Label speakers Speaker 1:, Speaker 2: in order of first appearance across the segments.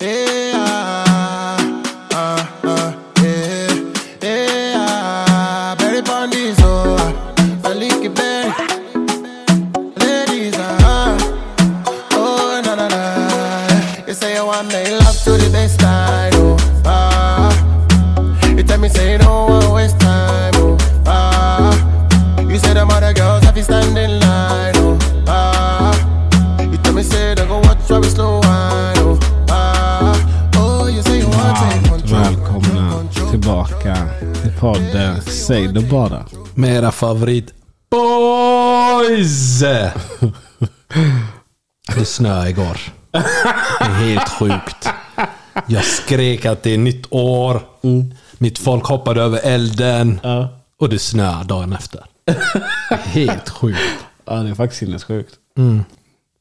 Speaker 1: Eh, ah, ah, ah, eh, eh, ah. Berry pon this, oh, ah. Maliki berry. Ladies, ah, oh, na, na, na. You say you want make love to the best I know, ah. You tell me say you don't want waste time, oh, ah. You say them other girls have you standing line, oh, ah. You tell me say they go watch why we slow wine, oh, ah. Oh, you say you want take
Speaker 2: Varmt
Speaker 1: control.
Speaker 2: välkomna tillbaka till podden Säg det bara.
Speaker 3: Med era favorit boys! Det snöade igår. Det är helt sjukt. Jag skrek att det är nytt år.
Speaker 2: Mm.
Speaker 3: Mitt folk hoppade över elden. Och det snöade dagen efter. Helt sjukt.
Speaker 2: Ja, det är faktiskt sinnessjukt.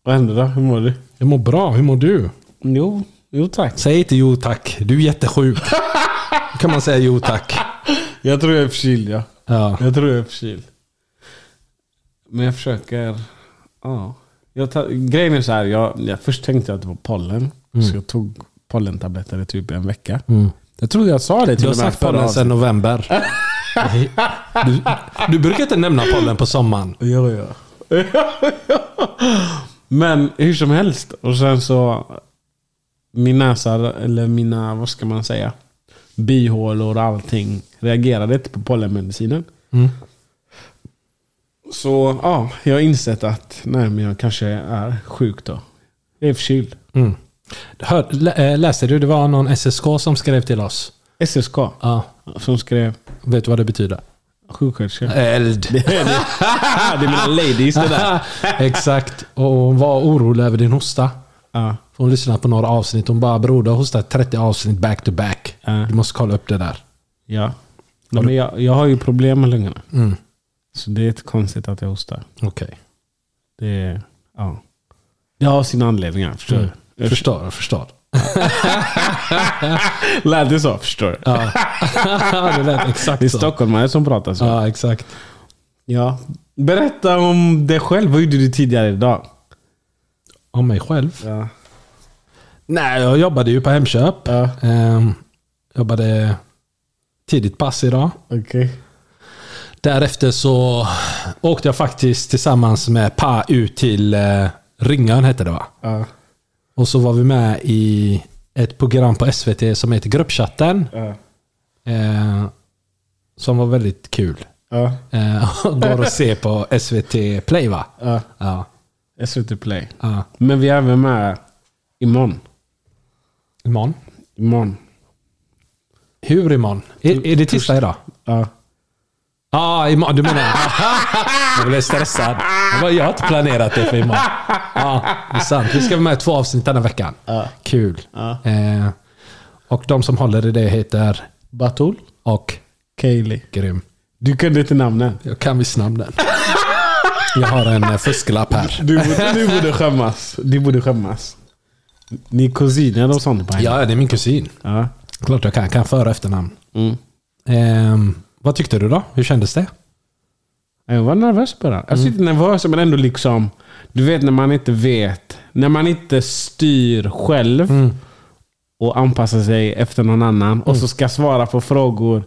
Speaker 2: Vad hände då? Hur Mm. mår du?
Speaker 3: Jag mår bra, hur mår du?
Speaker 2: Jo, jo tack.
Speaker 3: Säg inte jo tack, du är jättesjuk. Då kan man säga jo tack.
Speaker 2: Jag tror jag är förkyld ja.
Speaker 3: Ja.
Speaker 2: Jag tror jag är förkyld. Men jag försöker... Ja. Jag tar, grejen är så här, jag, jag, först tänkte jag att det var pollen. Så jag tog pollentabletter i typ en vecka. Jag trodde jag sa det till
Speaker 3: Du har
Speaker 2: och med
Speaker 3: sagt
Speaker 2: förra
Speaker 3: pollen sedan
Speaker 2: avsnittet.
Speaker 3: november. Du, du brukar inte nämna pollen på sommaren.
Speaker 2: Ja, ja. Men hur som helst. Och sen så... Min näsa, eller mina, vad ska man säga? Bihålor och allting reagerade inte på pollenmedicinen. Så ja, jag har insett att nej, men jag kanske är sjuk då. Jag är förkyld.
Speaker 3: Mm. Hör, lä- eh, läste du? Det var någon SSK som skrev till oss.
Speaker 2: SSK,
Speaker 3: Ja.
Speaker 2: som skrev
Speaker 3: Vet du vad det betyder?
Speaker 2: sjuksköterska.
Speaker 3: Eld.
Speaker 2: Det är mina ladies det där.
Speaker 3: Exakt. Och hon var orolig över din hosta.
Speaker 2: Ja.
Speaker 3: För Hon lyssnade på några avsnitt. Hon bara “Bror, du har hostat 30 avsnitt back to back.
Speaker 2: Ja.
Speaker 3: Du måste kolla upp det där”.
Speaker 2: Ja. Nej, men jag, jag har ju problem med lungorna. Så det är inte konstigt att jag hostar.
Speaker 3: Okej.
Speaker 2: Det, är, ja. det har sina anledningar, förstår du?
Speaker 3: Jag förstår, jag förstår.
Speaker 2: Lät det så? Förstår du?
Speaker 3: det lät
Speaker 2: Det är
Speaker 3: exakt så.
Speaker 2: stockholmare som pratar så.
Speaker 3: Ja, exakt.
Speaker 2: Ja. Berätta om dig själv. Vad gjorde du tidigare idag?
Speaker 3: Om mig själv.
Speaker 2: Ja.
Speaker 3: Nej, jag jobbade ju på Hemköp.
Speaker 2: Ja.
Speaker 3: Ehm, jobbade tidigt pass idag.
Speaker 2: Okej.
Speaker 3: Därefter så åkte jag faktiskt tillsammans med Pa ut till eh, Ringön hette det va?
Speaker 2: Ja.
Speaker 3: Och så var vi med i ett program på SVT som heter Gruppchatten.
Speaker 2: Ja.
Speaker 3: Eh, som var väldigt kul.
Speaker 2: Ja.
Speaker 3: Eh, går att se på SVT Play va?
Speaker 2: Ja.
Speaker 3: Ja.
Speaker 2: SVT Play.
Speaker 3: ja.
Speaker 2: Men vi är även med imorgon.
Speaker 3: Imorgon.
Speaker 2: Imorgon.
Speaker 3: Hur imorgon? Är, är det tisdag idag?
Speaker 2: Ja.
Speaker 3: Ja, ah, imorgon. Du menar... jag blev stressad. Jag, bara, jag har inte planerat det för imorgon. Ja, det är sant. Vi ska vara med i två avsnitt denna veckan. Kul. Eh, och de som håller i det heter...
Speaker 2: Batul.
Speaker 3: Och...
Speaker 2: Kaeli.
Speaker 3: Grym.
Speaker 2: Du kunde inte namnen.
Speaker 3: Jag kan visst namnen. Jag har en eh, fusklapp här.
Speaker 2: Du, borde- du borde skämmas. Du borde skämmas. Ni är kusiner och sånt på henne.
Speaker 3: Ja, det är min kusin.
Speaker 2: Ja.
Speaker 3: Klart jag kan. Kan föra och efternamn. Ehm, vad tyckte du då? Hur kändes det?
Speaker 2: Jag var nervös bara. Alltså inte
Speaker 3: Mm.
Speaker 2: nervös, men ändå liksom... Du vet när man inte vet. När man inte styr själv
Speaker 3: Mm.
Speaker 2: och anpassar sig efter någon annan. Och så ska svara på frågor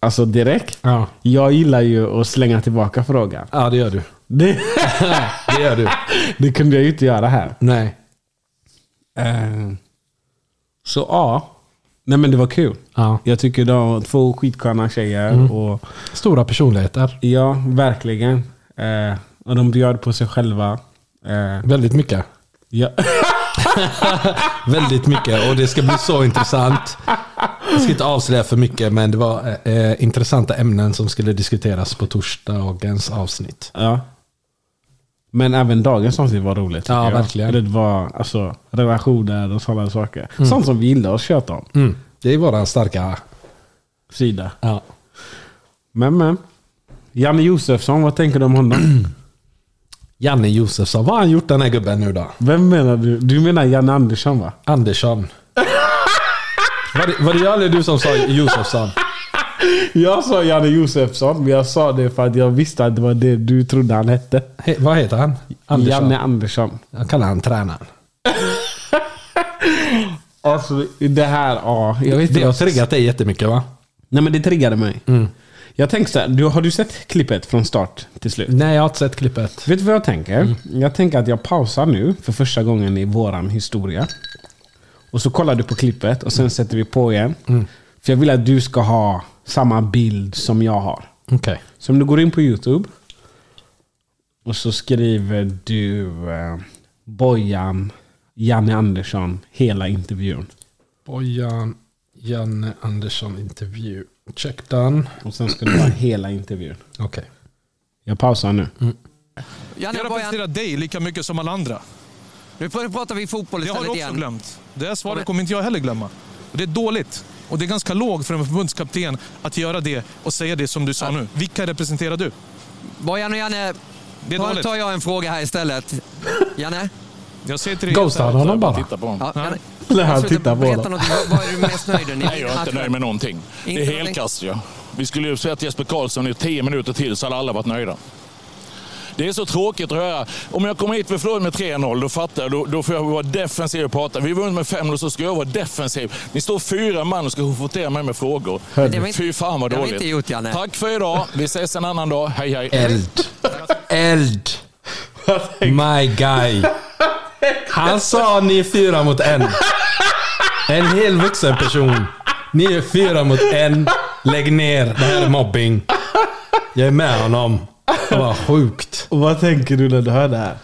Speaker 2: alltså direkt.
Speaker 3: Mm. Ja.
Speaker 2: Jag gillar ju att slänga tillbaka frågan.
Speaker 3: Ja, det gör du.
Speaker 2: Det,
Speaker 3: Det gör du.
Speaker 2: det kunde jag ju inte göra här.
Speaker 3: Nej.
Speaker 2: Eh, Så ja. Nej men det var kul.
Speaker 3: Ja. Mm.
Speaker 2: Jag tycker de var två skitsköna tjejer. Och,
Speaker 3: Stora personligheter.
Speaker 2: ja, verkligen. Eh, och de bjöd på sig själva. Eh,
Speaker 3: Väldigt mycket.
Speaker 2: ja.
Speaker 3: Väldigt mycket och det ska bli så intressant. Jag ska inte avslöja för mycket men det var eh, intressanta ämnen som skulle diskuteras på torsdagens avsnitt.
Speaker 2: ja. Men även dagens avsnitt var roligt. tycker
Speaker 3: Ja,
Speaker 2: jag.
Speaker 3: verkligen.
Speaker 2: Det var alltså, relationer och sådana saker. Sånt som vi gillar att köta om.
Speaker 3: Mm. Det är våran starka...
Speaker 2: Sida.
Speaker 3: Ja.
Speaker 2: Men men. Janne Josefsson, vad tänker du om honom?
Speaker 3: Janne Josefsson, vad har han gjort den här gubben nu då?
Speaker 2: Vem menar du? Du menar Janne Andersson va?
Speaker 3: Andersson. Var det, var det jag eller du som sa Josefsson?
Speaker 2: Jag sa Janne Josefsson, men jag sa det för att jag visste att det var det du trodde han hette.
Speaker 3: He, vad heter han?
Speaker 2: Janne
Speaker 3: Andersson.
Speaker 2: Andersson.
Speaker 3: Jag kallar han tränaren.
Speaker 2: Alltså det här, ja. Jag vet
Speaker 3: Det
Speaker 2: inte Mm.
Speaker 3: har
Speaker 2: vad-
Speaker 3: triggat dig jättemycket va?
Speaker 2: Nej men det triggade mig. Jag tänkte så här, du, har du sett klippet från start till slut?
Speaker 3: Nej, jag har inte sett klippet.
Speaker 2: Vet du vad jag tänker? Jag tänker att jag pausar nu för första gången i våran historia. Och så kollar du på klippet och sen sätter vi på igen. För jag vill att du ska ha samma bild som jag har.
Speaker 3: Okej.
Speaker 2: Så om du går in på Youtube och så skriver du eh, Bojan, Janne Andersson, hela intervjun.
Speaker 3: Bojan, Janne Andersson intervju. Check done.
Speaker 2: Och sen ska du ha hela intervjun.
Speaker 3: Okej.
Speaker 2: Jag pausar nu.
Speaker 4: Jag
Speaker 5: Jag
Speaker 4: representerar
Speaker 5: representerar dig lika mycket som alla andra.
Speaker 4: Nu pratar vi fotboll
Speaker 5: Det har du
Speaker 4: istället
Speaker 5: också
Speaker 4: igen.
Speaker 5: glömt. Det svaret kommer inte jag heller glömma. Och det är dåligt. Och det är ganska lågt för en förbundskapten att göra det och säga det som du sa nu. Vilka representerar du?
Speaker 4: Bojan och Janne,
Speaker 5: Det är
Speaker 4: tar,
Speaker 5: dåligt.
Speaker 4: tar jag en fråga här istället. Janne?
Speaker 5: Jag säger till dig
Speaker 3: Ghosta
Speaker 5: så här,
Speaker 3: honom
Speaker 6: Alltså,
Speaker 5: så här,
Speaker 3: bara.
Speaker 5: titta på honom.
Speaker 4: Ja, Janne. Alltså,
Speaker 2: Lär han
Speaker 4: Sluta
Speaker 2: titta på
Speaker 4: berätta
Speaker 2: honom.
Speaker 4: något. Vad- Vad är du mest nöjd med?
Speaker 6: Nej, jag är inte nöjd med någonting. Det är
Speaker 4: Inte någonting?
Speaker 6: helkast ja. Vi skulle ju sett Jesper Karlsson i tio minuter till så hade alla varit nöjda. Det är så tråkigt att höra. Om jag kommer hit och förlorar med 3-0, då fattar jag. Då, då får jag vara defensiv och prata. Vi vunnit med 5-0 så ska jag vara defensiv. Ni står fyra man och ska konfrontera mig med frågor.
Speaker 4: det var inte-
Speaker 6: Fy fan vad
Speaker 4: det har vi
Speaker 6: dåligt.
Speaker 4: inte gjort, Janne.
Speaker 6: Tack för idag. Vi ses en annan dag. Hej hej.
Speaker 3: Eld. Eld. My guy. Han sa ni är fyra mot en. En hel vuxen person. Ni är fyra mot en. Lägg ner. Det här är mobbing. Jag är med honom. Det var sjukt.
Speaker 2: Och vad tänker du när du hör det här?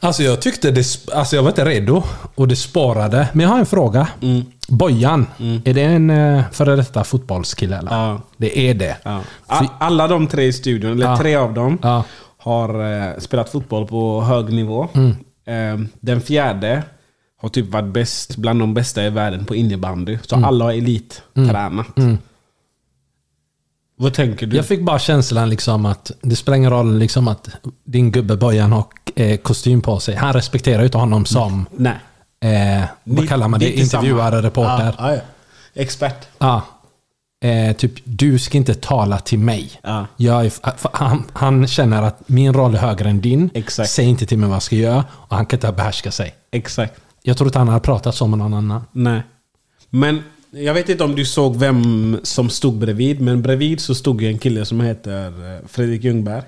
Speaker 3: Alltså jag tyckte det... sp- Alltså jag var inte redo. Och det sparade. Men jag har en fråga.
Speaker 2: Mm.
Speaker 3: Bojan. Är det en eh, före detta fotbollskille eller?
Speaker 2: Ja.
Speaker 3: Det är det.
Speaker 2: Ja. Ah. A- Alla de tre i studion, eller
Speaker 3: Ja.
Speaker 2: tre av dem,
Speaker 3: Ja.
Speaker 2: har eh, spelat fotboll på hög nivå.
Speaker 3: Mm.
Speaker 2: Eh, den fjärde har typ varit bäst, bland de bästa i världen på innebandy. Så
Speaker 3: Mm.
Speaker 2: alla har elittränat. Vad tänker du?
Speaker 3: Jag fick bara känslan liksom att det spelar ingen roll liksom att din gubbe Bojan har eh, kostym på sig. Han respekterar ju inte honom som,
Speaker 2: Nej.
Speaker 3: eh, vad
Speaker 2: Ni-
Speaker 3: kallar man
Speaker 2: ni
Speaker 3: det,
Speaker 2: är inte
Speaker 3: intervjuare,
Speaker 2: samma.
Speaker 3: reporter.
Speaker 2: Ah, Ja, ja, ja. Expert.
Speaker 3: Ja. Eh, typ, du ska inte tala till mig.
Speaker 2: Ja.
Speaker 3: Jag är, för han, han känner att min roll är högre än din.
Speaker 2: Exakt.
Speaker 3: Säg inte till mig vad jag ska göra. Och han kan inte behärska sig.
Speaker 2: Exakt.
Speaker 3: Jag tror inte han har pratat så med någon annan.
Speaker 2: Nej. Men jag vet inte om du såg vem som stod bredvid, men bredvid så stod ju en kille som heter eh, Fredrik Ljungberg.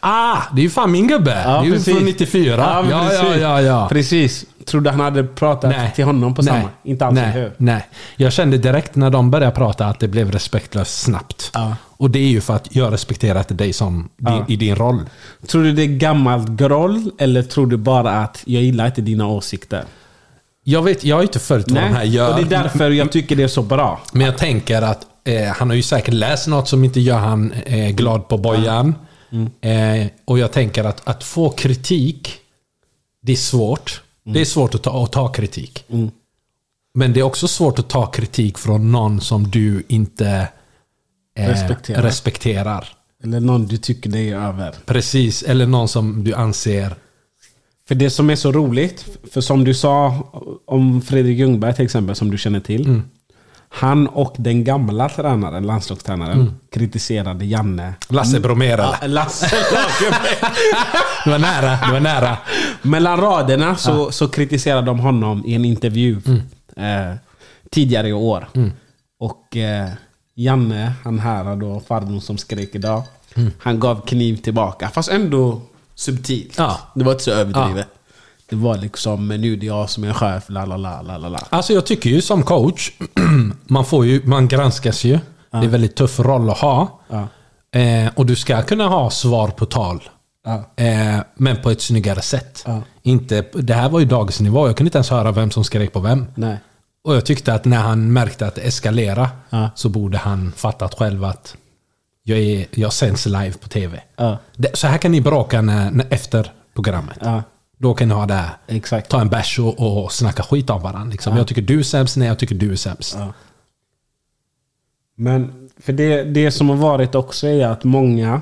Speaker 3: Ah, det är ju fan min gubbe! det är ju från 94.
Speaker 2: Ja,
Speaker 3: ja,
Speaker 2: precis.
Speaker 3: ja, ja, ja.
Speaker 2: Precis. Trodde han hade pratat till honom på samma. Inte alls,
Speaker 3: nej.
Speaker 2: eller hur?
Speaker 3: nej. Jag kände direkt när de började prata att det blev respektlöst snabbt.
Speaker 2: Ja.
Speaker 3: Och det är ju för att jag respekterar inte dig som, din, i din roll.
Speaker 2: Tror du det är gammalt groll eller tror du bara att jag gillar inte dina åsikter?
Speaker 3: Jag, vet, jag har ju inte följt vad de här gör.
Speaker 2: Och det är därför jag tycker det är så bra.
Speaker 3: Men jag tänker att eh, han har ju säkert läst något som inte gör han eh, glad på bojan.
Speaker 2: Mm.
Speaker 3: Eh, och jag tänker att, att få kritik, det är svårt.
Speaker 2: Mm.
Speaker 3: Det är svårt att ta, att ta kritik. Men det är också svårt att ta kritik från någon som du inte eh,
Speaker 2: Respekterar.
Speaker 3: respekterar.
Speaker 2: Eller någon du tycker det är över.
Speaker 3: Precis, eller någon som du anser...
Speaker 2: För det som är så roligt, för som du sa om Fredrik Ljungberg till exempel, som du känner till.
Speaker 3: Mm.
Speaker 2: Han och den gamla tränaren, landslagstränaren, kritiserade Janne.
Speaker 3: Mm. Lasse Bromér eller?
Speaker 2: Mm. Ja, Lasse Lagerbäck.
Speaker 3: Det var nära, det var nära.
Speaker 2: Mellan raderna så, så kritiserade de honom i en intervju
Speaker 3: Mm.
Speaker 2: eh, tidigare i år. Och eh, Janne, han här då, farbrorn som skrek idag.
Speaker 3: Mm.
Speaker 2: Han gav kniv tillbaka, fast ändå subtilt.
Speaker 3: Ja.
Speaker 2: Det var inte så överdrivet. Det var liksom, nu är det jag som är chef, la la la la la la.
Speaker 3: Alltså jag tycker ju som coach, man, får ju, man granskas ju. Det är en väldigt tuff roll att ha.
Speaker 2: Ja.
Speaker 3: Eh, och du ska kunna ha svar på tal.
Speaker 2: Ja.
Speaker 3: Eh, men på ett snyggare sätt.
Speaker 2: Ja.
Speaker 3: Inte, det här var ju dagsnivå, jag kunde inte ens höra vem som skrek på vem.
Speaker 2: Nej.
Speaker 3: Och jag tyckte att när han märkte att det eskalera
Speaker 2: Ja.
Speaker 3: så borde han fattat själv att jag, är, jag sänds live på tv.
Speaker 2: Ja.
Speaker 3: Det, så här kan ni bråka när, när, efter programmet.
Speaker 2: Ja.
Speaker 3: Då kan ni ha det här.
Speaker 2: Exakt.
Speaker 3: Ta en bärs och, och snacka skit om varandra. Liksom. Jag tycker du är sämst, nej jag tycker du är sämst.
Speaker 2: Men för det, det som har varit också är att många...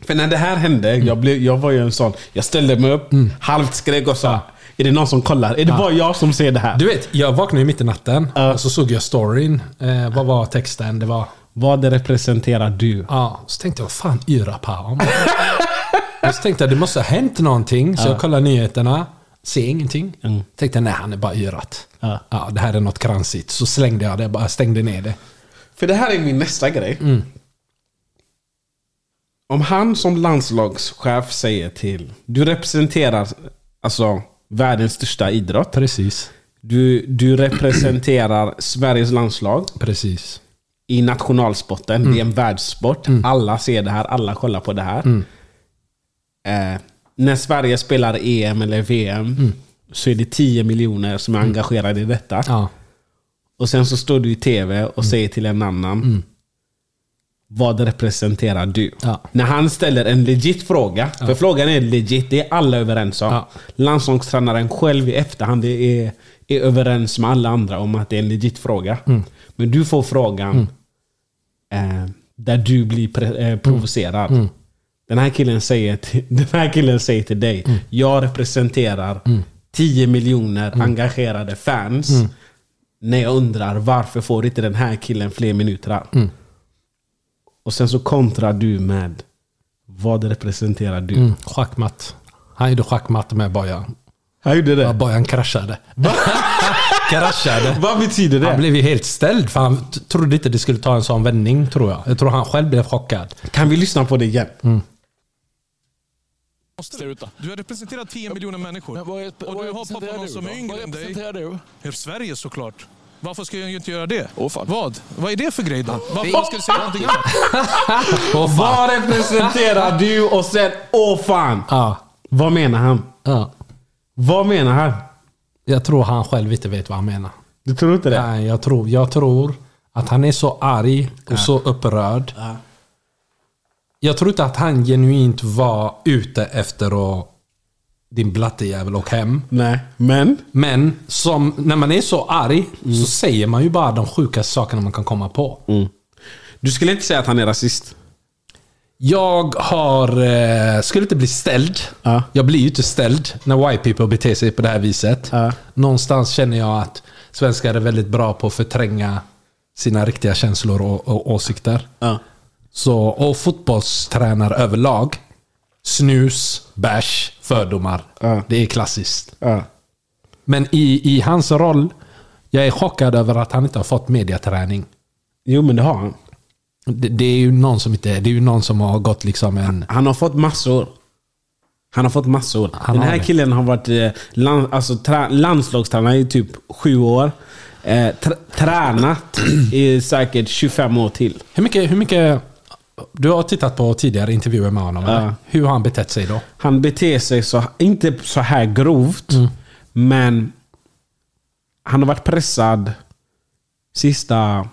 Speaker 2: För när det här hände, jag, blev, jag var ju en sån. Jag ställde mig upp, halvt skrek och sa Är det någon som kollar? Är det bara jag som ser det här?
Speaker 3: Du vet, jag vaknade ju mitt i natten och så såg jag storyn. Eh, vad var texten? Det var...
Speaker 2: Vad representerar du?
Speaker 3: Ja, så tänkte jag, vad fan yra Palm? Och så tänkte jag, det måste ha hänt någonting. Så jag kollar nyheterna, ser ingenting. Tänkte, nej han är bara yrat.
Speaker 2: Ja.
Speaker 3: Mm. Ja, det här är något kransigt. Så slängde jag det, bara stängde ner det.
Speaker 2: För det här är min nästa grej. Om han som landslagschef säger till... Du representerar alltså världens största idrott.
Speaker 3: Precis.
Speaker 2: Du, du representerar Sveriges landslag.
Speaker 3: Precis.
Speaker 2: i nationalsporten. Det är en världssport. Alla ser det här, alla kollar på det här. Eh, när Sverige spelar EM eller VM så är det 10 miljoner som är engagerade i detta.
Speaker 3: Ja.
Speaker 2: Och sen så står du i tv
Speaker 3: Mm.
Speaker 2: och säger till en annan. Vad representerar du?
Speaker 3: Ja.
Speaker 2: När han ställer en legit fråga. För frågan är legit, det är alla överens om.
Speaker 3: Ja.
Speaker 2: Landslagstränaren själv i efterhand det är, är överens med alla andra om att det är en legit fråga.
Speaker 3: Mm.
Speaker 2: Men du får frågan eh, där du blir pre-
Speaker 3: Mm.
Speaker 2: eh, provocerad. Den, här killen säger till, den här killen säger till dig,
Speaker 3: Mm.
Speaker 2: jag representerar 10 miljoner
Speaker 3: Mm.
Speaker 2: engagerade fans. När jag undrar varför får inte den här killen fler minuter? Och sen så kontrar du med, vad representerar du?
Speaker 3: Mm. Schackmatt. Han gjorde schackmatt med Bojan.
Speaker 2: Han gjorde
Speaker 3: Ja,
Speaker 2: det.
Speaker 3: Bojan kraschade. kraschade.
Speaker 2: Vad betyder det?
Speaker 3: Han blev ju helt ställd för han t- trodde inte det skulle ta en sån vändning tror jag. Jag tror han själv blev chockad.
Speaker 2: Kan vi lyssna på det igen?
Speaker 6: Sluta.
Speaker 5: Du har representerat 10 miljoner människor.
Speaker 6: Men vad är- vad
Speaker 5: och du hoppar på
Speaker 6: representerar
Speaker 5: någon
Speaker 6: du
Speaker 5: som
Speaker 6: då?
Speaker 5: är yngre
Speaker 6: Vad
Speaker 5: än dig.
Speaker 6: representerar du?
Speaker 5: I Sverige såklart. Varför ska jag ju inte göra det?
Speaker 6: Åh, fan.
Speaker 5: Vad? Vad är det för grej då? Varför varför ska du säga någonting annat?
Speaker 3: Åh, fan.
Speaker 2: Vad representerar du? Och sen, åh fan!
Speaker 3: Ja.
Speaker 2: Vad menar han?
Speaker 3: ja.
Speaker 2: Vad menar han?
Speaker 3: Jag tror han själv inte vet vad han menar.
Speaker 2: Du tror inte det?
Speaker 3: Nej, jag tror, jag tror att han är så arg och så upprörd. Jag tror inte att han genuint var ute efter att din blattejävel och hem.
Speaker 2: Nej, men?
Speaker 3: Men som, när man är så arg så säger man ju bara de sjukaste sakerna man kan komma på.
Speaker 2: Du skulle inte säga att han är rasist?
Speaker 3: Jag har... Eh, skulle inte bli ställd.
Speaker 2: Ja.
Speaker 3: Jag blir ju inte ställd när white people beter sig på det här viset.
Speaker 2: Ja.
Speaker 3: Någonstans känner jag att svenskar är väldigt bra på att förtränga sina riktiga känslor och, och åsikter.
Speaker 2: Ja.
Speaker 3: Så, och fotbollstränare överlag. Snus, bärs, fördomar.
Speaker 2: Ja.
Speaker 3: Det är klassiskt.
Speaker 2: Ja.
Speaker 3: Men i, i hans roll, jag är chockad över att han inte har fått mediaträning.
Speaker 2: Jo, men det har han.
Speaker 3: Det, det är ju någon som inte... Det är ju någon som har gått liksom en...
Speaker 2: Han har fått massor. Han har fått massor.
Speaker 3: Han
Speaker 2: Den
Speaker 3: har
Speaker 2: här
Speaker 3: det.
Speaker 2: killen har varit eh, land, alltså, tra, landslagstränare i typ sju år. Eh, tr, tränat i säkert 25 år till.
Speaker 3: Hur mycket, hur mycket... Du har tittat på tidigare intervjuer med honom. eller? Hur har han betett sig då?
Speaker 2: Han beter sig så, inte så här grovt,
Speaker 3: Mm.
Speaker 2: men han har varit pressad sista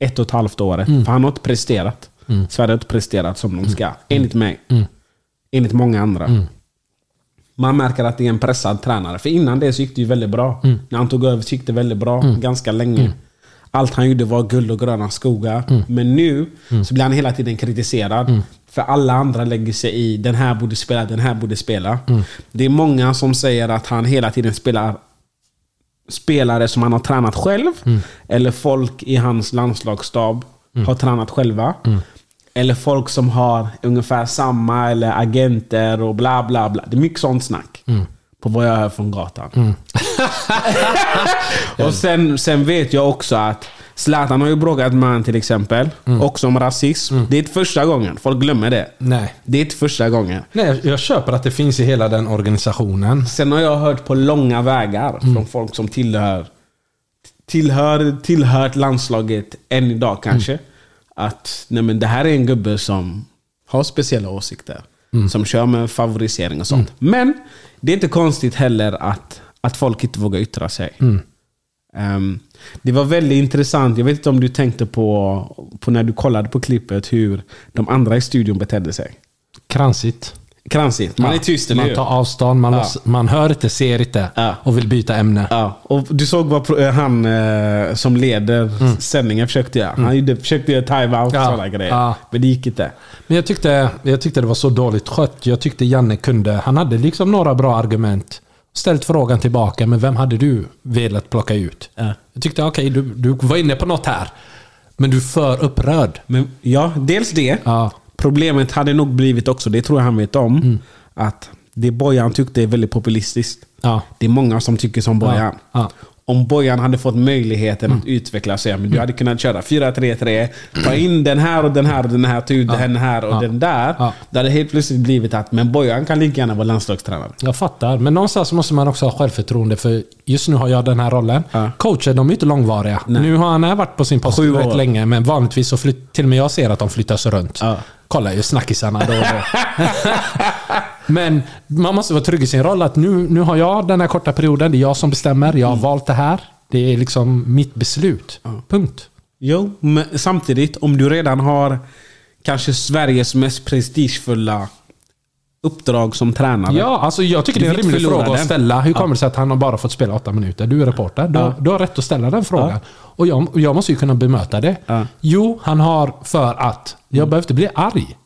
Speaker 2: ett och ett halvt året.
Speaker 3: Mm.
Speaker 2: För han har inte presterat. Sverige har inte presterat som de ska. Enligt mig.
Speaker 3: Mm.
Speaker 2: Enligt många andra. Man märker att det är en pressad tränare. För innan det så gick det ju väldigt bra. När han tog över så gick det väldigt bra. Ganska länge. Allt han gjorde var guld och gröna skogar. Men nu så blir han hela tiden kritiserad. För alla andra lägger sig i. Den här borde spela, den här borde spela. Det är många som säger att han hela tiden spelar spelare som han har tränat själv. Eller folk i hans landslagsstab har tränat själva. Eller folk som har ungefär samma, eller agenter och bla bla bla. Det är mycket sånt snack. På vad jag hör från gatan. och sen, sen vet jag också att Zlatan har ju bråkat med han till exempel. Också om rasism. Det är inte första gången. Folk glömmer det.
Speaker 3: Nej.
Speaker 2: Det är inte första gången.
Speaker 3: Nej, jag köper att det finns i hela den organisationen.
Speaker 2: Sen har jag hört på långa vägar
Speaker 3: Mm.
Speaker 2: från folk som tillhör, tillhör tillhört landslaget än idag kanske.
Speaker 3: Mm.
Speaker 2: Att nej men det här är en gubbe som har speciella åsikter.
Speaker 3: Mm.
Speaker 2: Som kör med favorisering och sånt. Men det är inte konstigt heller att, att folk inte vågar yttra sig.
Speaker 3: Mm.
Speaker 2: Ehm, det var väldigt intressant. Jag vet inte om du tänkte på, på när du kollade på klippet hur de andra i studion betedde sig.
Speaker 3: Kransigt.
Speaker 2: Kransigt. Man
Speaker 3: Ja.
Speaker 2: är tyst, eller
Speaker 3: Man
Speaker 2: hur?
Speaker 3: tar avstånd, man, låts- man hör inte, ser inte
Speaker 2: Ja.
Speaker 3: och vill byta ämne.
Speaker 2: Ja, och du såg vad pro- eh, han eh, som leder sändningen försökte göra. Han gjorde, försökte göra time-out
Speaker 3: Mm.
Speaker 2: och
Speaker 3: Ja.
Speaker 2: sådana grejer.
Speaker 3: Ja.
Speaker 2: Men det gick inte.
Speaker 3: Men jag tyckte, jag tyckte det var så dåligt skött. Jag tyckte Janne kunde... Han hade liksom några bra argument. Ställt frågan tillbaka, men vem hade du velat plocka ut?
Speaker 2: Ja.
Speaker 3: Jag tyckte, okej, du, du var inne på något här. Men du är för upprörd.
Speaker 2: Men ja, dels det.
Speaker 3: Ja. Mm.
Speaker 2: Problemet hade nog blivit också, det tror jag han vet om, att det Bojan tyckte är väldigt populistiskt.
Speaker 3: Ja.
Speaker 2: Det är många som tycker som Bojan.
Speaker 3: Ja, Mm. ja.
Speaker 2: Om Bojan hade fått möjligheten att utvecklas, så, ja, men du hade kunnat köra 4-3-3, ta in den här och den här och den här, ta ut den här och
Speaker 3: Ja.
Speaker 2: den där.
Speaker 3: Ja.
Speaker 2: Det hade helt plötsligt blivit att men Bojan kan lika gärna vara landslagstränare.
Speaker 3: Jag fattar, men någonstans måste man också ha självförtroende för just nu har jag den här rollen.
Speaker 2: Ja.
Speaker 3: Coacher, de är ju inte långvariga.
Speaker 2: Nej.
Speaker 3: Nu har han här varit på sin post
Speaker 2: Sju år.
Speaker 3: rätt länge, men vanligtvis så flytt, till och med jag ser att de flyttas runt.
Speaker 2: Ja.
Speaker 3: Kolla ju snackisarna då och då. men man måste vara trygg i sin roll att nu, nu har jag den här korta perioden, det är jag som bestämmer, jag har
Speaker 2: Mm.
Speaker 3: valt det här. Det är liksom mitt beslut. Punkt.
Speaker 2: Jo, men samtidigt om du redan har kanske Sveriges mest prestigefulla uppdrag som tränare.
Speaker 3: Ja, alltså jag tycker
Speaker 2: Du
Speaker 3: det är en
Speaker 2: fick
Speaker 3: rimlig
Speaker 2: förlora
Speaker 3: fråga att
Speaker 2: den.
Speaker 3: ställa. Hur kommer det sig att han har bara fått spela åtta minuter? Du är reporter. Du,
Speaker 2: Ja.
Speaker 3: du har rätt att ställa den frågan. Och jag, jag måste ju kunna bemöta det.
Speaker 2: Ja. Mm.
Speaker 3: Jo, han har för att. Jag behöver inte bli arg.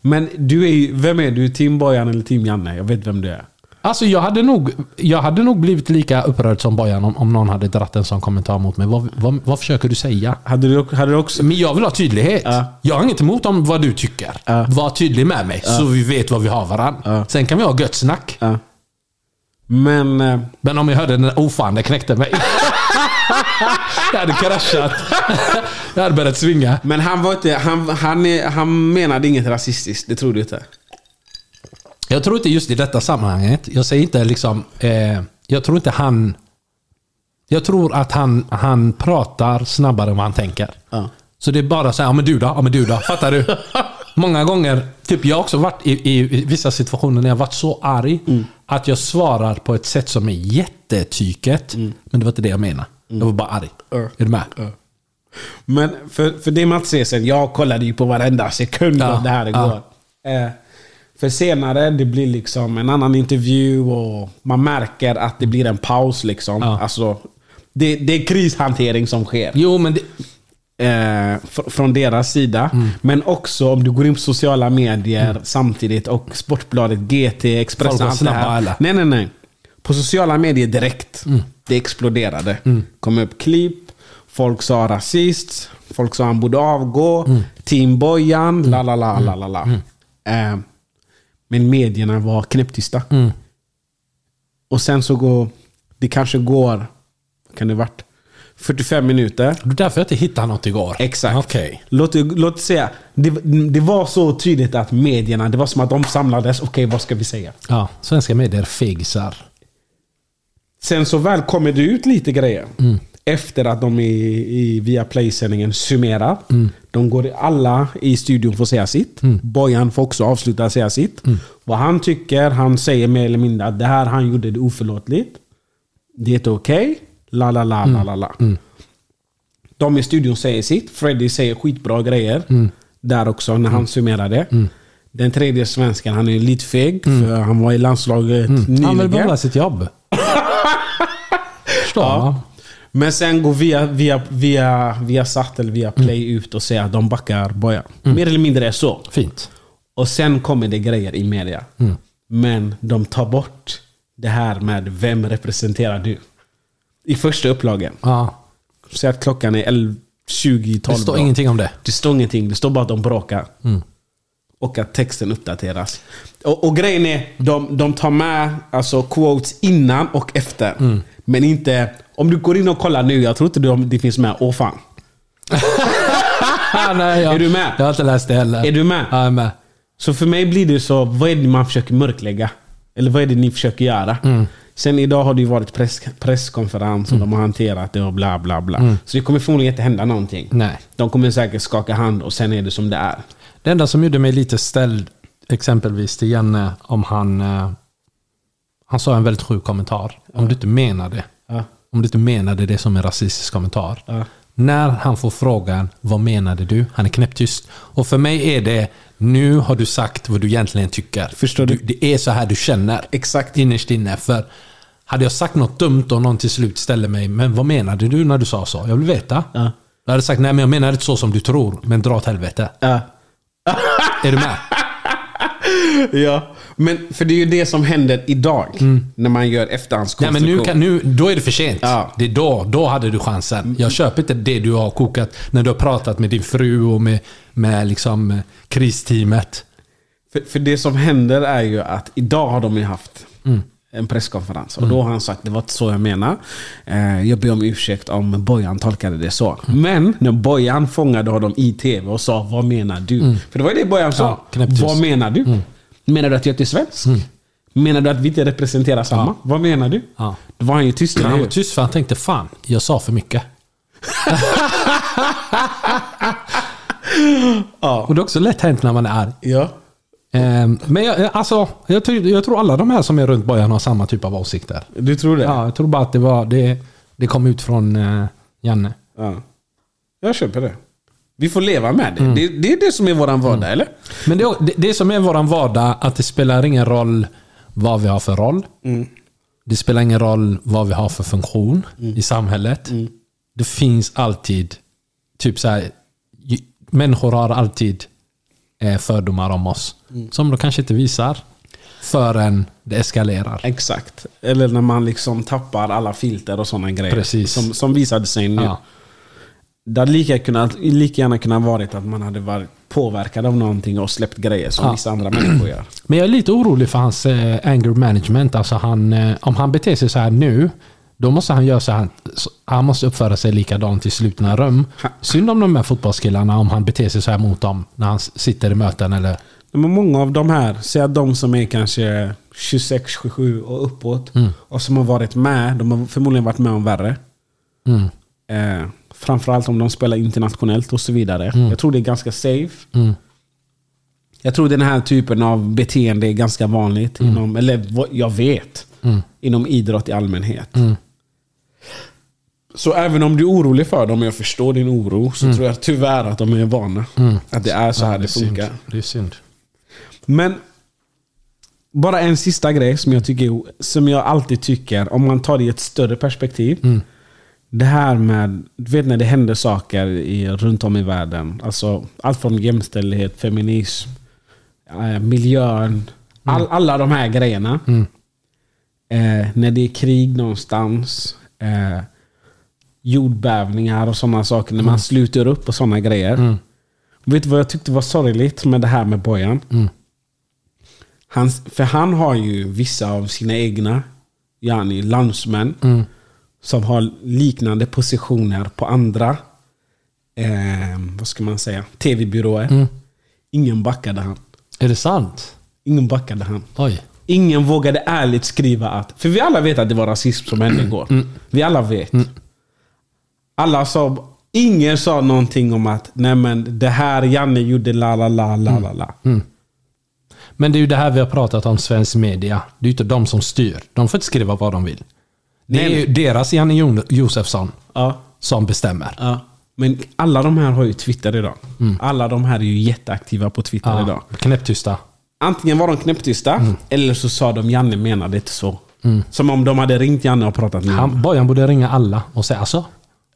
Speaker 2: Men du är ju, vem är du? Team Bojan eller Team Janne? Jag vet vem du är.
Speaker 3: Alltså jag hade, nog, jag hade nog blivit lika upprörd som Bojan om, om någon hade dratt en sån kommentar mot mig. Vad, vad, vad försöker du säga?
Speaker 2: Hade du, hade du också...
Speaker 3: Men jag vill ha tydlighet.
Speaker 2: Ja.
Speaker 3: Jag har inget emot om vad du tycker.
Speaker 2: Ja.
Speaker 3: Var tydlig med mig så vi vet vad vi har varandra.
Speaker 2: Ja.
Speaker 3: Sen kan vi ha gött snack.
Speaker 2: Ja. Men... eh,
Speaker 3: Men om jag hörde den där, oh fan, det knäckte mig. jag hade kraschat. jag hade börjat svinga.
Speaker 2: Men han var inte... Han, han, är, han menade inget rasistiskt. Det tror du inte?
Speaker 3: Jag tror inte just i detta sammanhanget. Jag säger inte liksom... Eh, jag tror inte han... Jag tror att han, han pratar snabbare än vad han tänker.
Speaker 2: Ja.
Speaker 3: Så det är bara så här, ja men du då, ja men du då. Fattar du? Många gånger, typ jag har också varit i, i, i vissa situationer när jag varit så arg att jag svarar på ett sätt som är jättetyket. Men det var inte det jag menade. Jag var bara arg. Är du med?
Speaker 2: Men för, för det Mats säger sen, jag kollade ju på varenda sekund
Speaker 3: Ja,
Speaker 2: av det här igår. Eh, för senare, det blir liksom en annan intervju och man märker att det blir en paus. liksom.
Speaker 3: Ja.
Speaker 2: Alltså, det, det är krishantering som sker
Speaker 3: Jo, men det,
Speaker 2: eh, fr- från deras sida.
Speaker 3: Mm.
Speaker 2: Men också om du går in på sociala medier samtidigt och Sportbladet, GT,
Speaker 3: Folk
Speaker 2: Expressen.
Speaker 3: var
Speaker 2: allt det
Speaker 3: snabba,
Speaker 2: här.
Speaker 3: eller?
Speaker 2: Nej, nej, nej. På sociala medier direkt.
Speaker 3: Mm.
Speaker 2: Det exploderade. kom upp klipp. Folk sa rasist. Folk sa han borde avgå.
Speaker 3: Mm.
Speaker 2: Team Bojan. La, la, la, la, la, la. Eh, Men medierna var knäpptysta.
Speaker 3: Mm.
Speaker 2: Och sen så går... Det kanske går... Vad kan det ha varit? 45 minuter.
Speaker 3: Det är därför jag inte hittade något igår.
Speaker 2: Exakt.
Speaker 3: Okej.
Speaker 2: Låt, låt säga, det, det var så tydligt att medierna, det var som att de samlades. Okej, vad ska vi säga?
Speaker 3: Ja, svenska medier är fegisar.
Speaker 2: Sen så väl kommer det ut lite grejer. Efter att de i, i via sändningen summerar. De går, i- alla i studion får säga sitt. Bojan får också avsluta säga sitt. Vad han tycker, han säger mer eller mindre att det här han gjorde det är oförlåtligt. Det är inte okej. La, la, la, la, la, la. De i studion säger sitt. Freddy säger skitbra grejer. Där också, när han summerar det. Den tredje svensken, han är lite feg. För han var i landslaget nyligen.
Speaker 3: Han vill behålla sitt jobb. Förstår man?
Speaker 2: Men sen går via, via, via, via Sat eller via Play ut och säger att de backar Bojan. Mer eller mindre är så.
Speaker 3: Fint.
Speaker 2: Och sen kommer det grejer i media. Men de tar bort det här med vem representerar du? I första upplagen.
Speaker 3: Ja.
Speaker 2: Säg att klockan är 11, 20, 12.
Speaker 3: Det står
Speaker 2: då.
Speaker 3: ingenting om det. Mm.
Speaker 2: Det står ingenting. Det står bara att de bråkar. Och att texten uppdateras. Och, och grejen är, de, de tar med alltså, quotes innan och efter.
Speaker 3: Mm.
Speaker 2: Men inte... Om du går in och kollar nu, jag tror inte de- det finns med. Åh fan.
Speaker 3: Ah, nej, jag,
Speaker 2: Är du med?
Speaker 3: Jag har inte läst det heller.
Speaker 2: Är du med?
Speaker 3: Ja, jag är med.
Speaker 2: Så för mig blir det så, vad är det man försöker mörklägga? Eller vad är det ni försöker göra?
Speaker 3: Mm.
Speaker 2: Sen idag har det ju varit press, presskonferens och de har hanterat det och bla bla bla. Så det kommer förmodligen inte hända någonting.
Speaker 3: Mm. Nej.
Speaker 2: De kommer säkert skaka hand och sen är det som det är.
Speaker 3: Det enda som gjorde mig lite ställd, exempelvis till Janne, om han... eh, Han sa en väldigt sjuk kommentar. Om du inte menar det.
Speaker 2: Ja.
Speaker 3: Om du inte menade det som en rasistisk kommentar.
Speaker 2: Ja.
Speaker 3: När han får frågan vad menade du? Han är knäpptyst. Och för mig är det nu har du sagt vad du egentligen tycker.
Speaker 2: Förstår du?
Speaker 3: Det är så här du känner.
Speaker 2: Exakt.
Speaker 3: Innerst inne. För hade jag sagt något dumt och någon till slut ställer mig men vad menade du när du sa så? Jag vill veta.
Speaker 2: Ja.
Speaker 3: Jag hade sagt nej men jag menar inte så som du tror. Men dra åt helvete.
Speaker 2: Ja.
Speaker 3: Är du med?
Speaker 2: ja. Men för det är ju det som händer idag. När man gör
Speaker 3: Mm. Nej, men
Speaker 2: efterhandskonstruktion.
Speaker 3: nu kan, nu, då är det för sent.
Speaker 2: Ja. Mm.
Speaker 3: Det är då, då hade du chansen. Jag köper inte det du har kokat när du har pratat med din fru och med, med liksom eh, kristeamet.
Speaker 2: För, för det som händer är ju att idag har de ju haft
Speaker 3: Mm.
Speaker 2: en presskonferens. Och då har han sagt, det var inte så jag menar. Eh, jag ber om ursäkt om Bojan tolkade det så.
Speaker 3: Mm.
Speaker 2: Men när Bojan fångade honom i tv och sa, vad menar du? För det var ju det Bojan sa.
Speaker 3: Mm. Ja, knäpptyst. Mm.
Speaker 2: vad menar du? Menar du att jag inte är svensk? Menar du att vi inte representerar samma? Vad menar du?
Speaker 3: Ja.
Speaker 2: Då var han ju tyst. eller
Speaker 3: Han var
Speaker 2: hur?
Speaker 3: tyst för han tänkte fan, jag sa för mycket. Och det är också lätt hänt när man är arg.
Speaker 2: Ja.
Speaker 3: Ehm, Men jag, alltså, jag, tror, jag tror alla de här som är runt Bojan har samma typ av åsikter.
Speaker 2: Du tror det?
Speaker 3: Ja, jag tror bara att det, var, det, det kom ut från eh, Janne.
Speaker 2: Ja. Jag köper det. Vi får leva med
Speaker 3: Mm.
Speaker 2: det. Det, det är det som är våran vardag, eller?
Speaker 3: Men det, det, det som är vår vardag, att det spelar ingen roll vad vi har för roll. Det spelar ingen roll vad vi har för funktion i samhället. Det finns alltid, typ så här, ju- människor har alltid eh, fördomar om oss. Som de kanske inte visar förrän det eskalerar.
Speaker 2: Exakt. Eller när man liksom tappar alla filter och sådana grejer.
Speaker 3: Precis.
Speaker 2: Som, som visade sig nu.
Speaker 3: Ja.
Speaker 2: Det hade lika, kunnat, lika gärna kunnat varit att man hade varit påverkad av någonting och släppt grejer som
Speaker 3: Ja.
Speaker 2: vissa andra människor gör.
Speaker 3: Men jag är lite orolig för hans eh, anger management. Alltså han, eh, om han beter sig så här nu, då måste han göra så här. så- Han måste uppföra sig likadant i slutna rum. Synd om de här fotbollskillarna om han beter sig så här mot dem när han s- sitter i möten eller...
Speaker 2: Men många av de här, säg att de som är kanske 26, 27 och uppåt och som har varit med, de har förmodligen varit med om värre.
Speaker 3: Mm.
Speaker 2: Eh, framförallt om de spelar internationellt och så vidare. Jag tror det är ganska safe.
Speaker 3: Mm.
Speaker 2: Jag tror den här typen av beteende är ganska vanligt.
Speaker 3: Mm.
Speaker 2: Inom, eller vad jag vet. Inom idrott i allmänhet.
Speaker 3: Mm.
Speaker 2: Så även om du är orolig för dem, och jag förstår din oro, så tror jag tyvärr att de är vana. Att det är så här det funkar.
Speaker 3: Synd. Mm. Det är synd.
Speaker 2: Men bara en sista grej som jag, tycker, som jag alltid tycker, om man tar det i ett större perspektiv. Det här med, du vet när det händer saker i, runt om i världen. Alltså allt från jämställdhet, feminism, eh, miljön. All, alla de här grejerna. Eh, när det är krig någonstans. Eh, jordbävningar och sådana saker. När man sluter upp och sådana grejer. Vet du vad jag tyckte var sorgligt med det här med Bojan? Han, för han har ju vissa av sina egna yani, landsmän
Speaker 3: Mm.
Speaker 2: som har liknande positioner på andra eh, vad ska man säga, tv-byråer.
Speaker 3: Mm.
Speaker 2: Ingen backade han.
Speaker 3: Är det sant?
Speaker 2: Ingen backade han.
Speaker 3: Oj.
Speaker 2: Ingen vågade ärligt skriva att... För vi alla vet att det var rasism som hände igår.
Speaker 3: Mm.
Speaker 2: Vi alla vet. Alla sa... Ingen sa någonting om att nej men det här Janne gjorde la la la la la la.
Speaker 3: Mm. Men det är ju det här vi har pratat om, svensk media. Det är ju inte de som styr. De får inte skriva vad de vill. Det är
Speaker 2: Nej,
Speaker 3: ju deras Janne Jo- Josefsson
Speaker 2: Ja.
Speaker 3: som bestämmer.
Speaker 2: Ja. Men alla de här har ju Twitter idag. Alla de här är ju jätteaktiva på Twitter
Speaker 3: Mm. Ja, Mm.
Speaker 2: idag.
Speaker 3: knäpptysta.
Speaker 2: Antingen var de knäpptysta, eller så sa de Janne menade inte så. Som om de hade ringt Janne och pratat med honom.
Speaker 3: Mm. Han, Bojan borde ringa alla och säga alltså.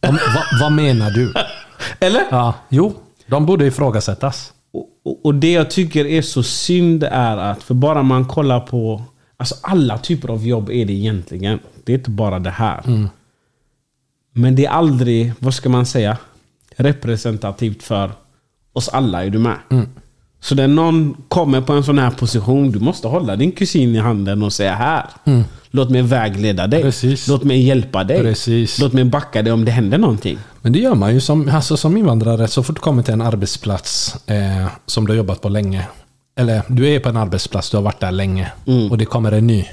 Speaker 3: Vad, vad, vad menar du?
Speaker 2: Eller?
Speaker 3: Ja, jo, de borde ifrågasättas.
Speaker 2: Och- och, och det jag tycker är så synd är att för bara man kollar på Alltså alla typer av jobb är det egentligen. Det är inte bara det här.
Speaker 3: Mm.
Speaker 2: Men det är aldrig, vad ska man säga, representativt för oss alla. Är du med?
Speaker 3: Mm.
Speaker 2: Så när någon kommer på en sån här position, du måste hålla din kusin i handen och säga här. Låt mig vägleda dig.
Speaker 3: Mm. Precis.
Speaker 2: Låt mig hjälpa dig.
Speaker 3: Precis.
Speaker 2: Låt mig backa dig om det händer någonting.
Speaker 3: Men det gör man ju som, alltså som invandrare. Så fort du kommer till en arbetsplats eh, som du har jobbat på länge. Eller du är på en arbetsplats, du har varit där länge.
Speaker 2: Mm.
Speaker 3: Och det kommer en ny.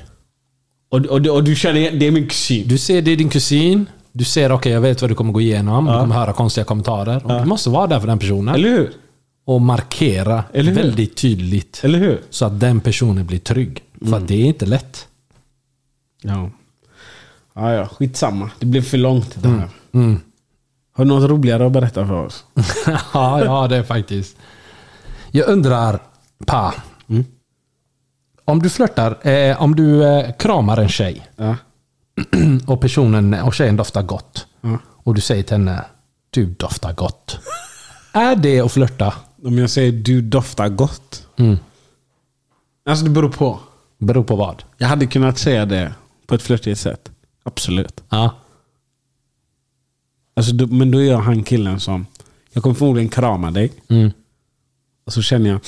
Speaker 2: Och, och, och du känner, det är min kusin.
Speaker 3: Du ser, det är din kusin. Du ser, okej jag vet vad du kommer gå igenom. Du kommer höra konstiga kommentarer. Och Du måste vara där för den personen.
Speaker 2: Eller hur?
Speaker 3: Och markera
Speaker 2: Eller hur?
Speaker 3: väldigt tydligt.
Speaker 2: Eller hur? Mm.
Speaker 3: Så att den personen blir trygg. För att det är inte lätt.
Speaker 2: Ja. Ja, ja. Skitsamma. Det blev för långt
Speaker 3: Mm.
Speaker 2: det här. Har du något roligare att berätta för oss?
Speaker 3: ja, ja, det är faktiskt. Jag undrar, Pa. Om du flörtar, eh, om du eh, kramar en tjej
Speaker 2: Ja.
Speaker 3: och, personen, och tjejen doftar gott.
Speaker 2: Ja.
Speaker 3: Och du säger till henne, du doftar gott. är det att flörta?
Speaker 2: Om jag säger du doftar gott.
Speaker 3: Mm.
Speaker 2: Alltså det beror på.
Speaker 3: Beror på vad?
Speaker 2: Jag hade kunnat säga det på ett flörtigt sätt. Absolut.
Speaker 3: Ja.
Speaker 2: Alltså, då, men då är jag han killen som... Jag kommer förmodligen krama dig.
Speaker 3: Mm.
Speaker 2: Och så känner jag...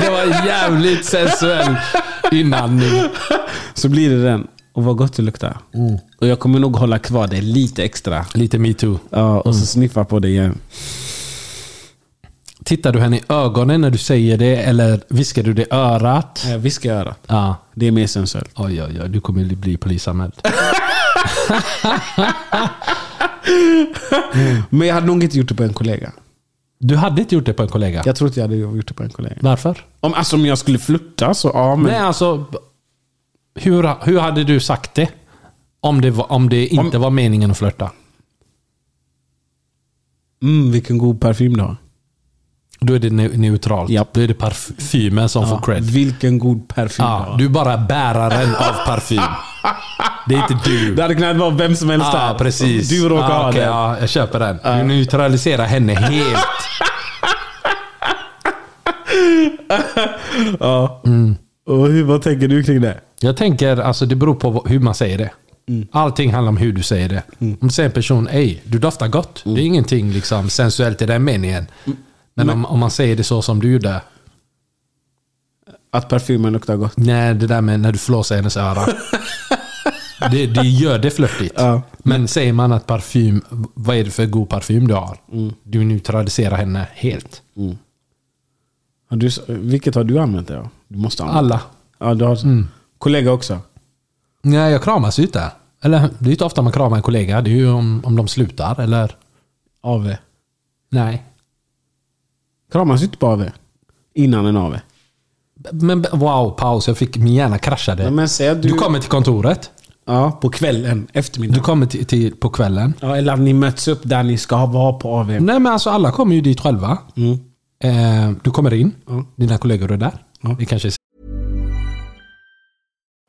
Speaker 3: Det var jävligt sensuell innan nu.
Speaker 2: Så blir det den. Och vad gott det luktar. Och jag kommer nog hålla kvar det lite extra.
Speaker 3: Mm. Lite Mm. metoo.
Speaker 2: Ja, och så sniffa på det igen.
Speaker 3: Tittar du henne i ögonen när du säger det eller viskar du det i örat?
Speaker 2: Jag viskar i örat.
Speaker 3: Ja.
Speaker 2: Det är mer sensuellt.
Speaker 3: Oj, oj, oj. Du kommer ju bli polisanmäld.
Speaker 2: Men jag hade nog inte gjort det på en kollega.
Speaker 3: Du hade inte gjort det på en kollega?
Speaker 2: Jag tror inte jag hade gjort det på en kollega.
Speaker 3: Varför?
Speaker 2: Om, alltså om jag skulle flytta så ja, men...
Speaker 3: Nej, alltså... Hur, hur hade du sagt det? Om det, var, om det inte var meningen att flörta.
Speaker 2: Mm, vilken god parfym du har.
Speaker 3: Då är det ne- neutralt.
Speaker 2: Japp.
Speaker 3: Då är det parfymen som får cred.
Speaker 2: Vilken god parfym du
Speaker 3: Ja,
Speaker 2: har.
Speaker 3: du är bara bäraren av parfym. Det är inte du.
Speaker 2: Det hade kunnat vara vem som helst
Speaker 3: Ja,
Speaker 2: här.
Speaker 3: precis.
Speaker 2: Du råkar
Speaker 3: Ja,
Speaker 2: ha
Speaker 3: okej,
Speaker 2: den.
Speaker 3: Ja, jag köper den. Du neutraliserar henne helt.
Speaker 2: Och hur, vad tänker du kring det?
Speaker 3: Jag tänker, alltså det beror på vad- hur man säger det.
Speaker 2: Mm.
Speaker 3: Allting handlar om hur du säger det. Om du säger en person, ej, du doftar gott.
Speaker 2: Mm.
Speaker 3: Det är ingenting liksom sensuellt i den meningen. Men, om, om man säger det så som du gjorde.
Speaker 2: Att parfymen luktar gott.
Speaker 3: Nej, det där med när du flåsar i hennes öra. det, det gör det flörtigt.
Speaker 2: Ja.
Speaker 3: Men säger man att parfym, vad är det för god parfym du har?
Speaker 2: Mm.
Speaker 3: Du neutraliserar henne helt.
Speaker 2: Har du, vilket har du använt det av? Du måste använda
Speaker 3: Alla.
Speaker 2: Ja, du har, Kollega också?
Speaker 3: Nej, jag kramas ju inte. Eller, det är ju inte ofta man kramar en kollega. Det är ju om, om de slutar eller...
Speaker 2: AV.
Speaker 3: Nej.
Speaker 2: Kramas inte på AV? Innan en AV?
Speaker 3: Men wow, paus. Jag fick min hjärna kraschade.
Speaker 2: Ja, men säg att du-
Speaker 3: du kommer till kontoret.
Speaker 2: Ja, på kvällen. Eftermiddag.
Speaker 3: Du kommer till, till, på kvällen.
Speaker 2: ja, eller att ni möts upp där ni ska vara på Mm. AV.
Speaker 3: Nej men alltså alla kommer ju dit själva. Eh, du kommer in. Dina kollegor är där. Det kanske är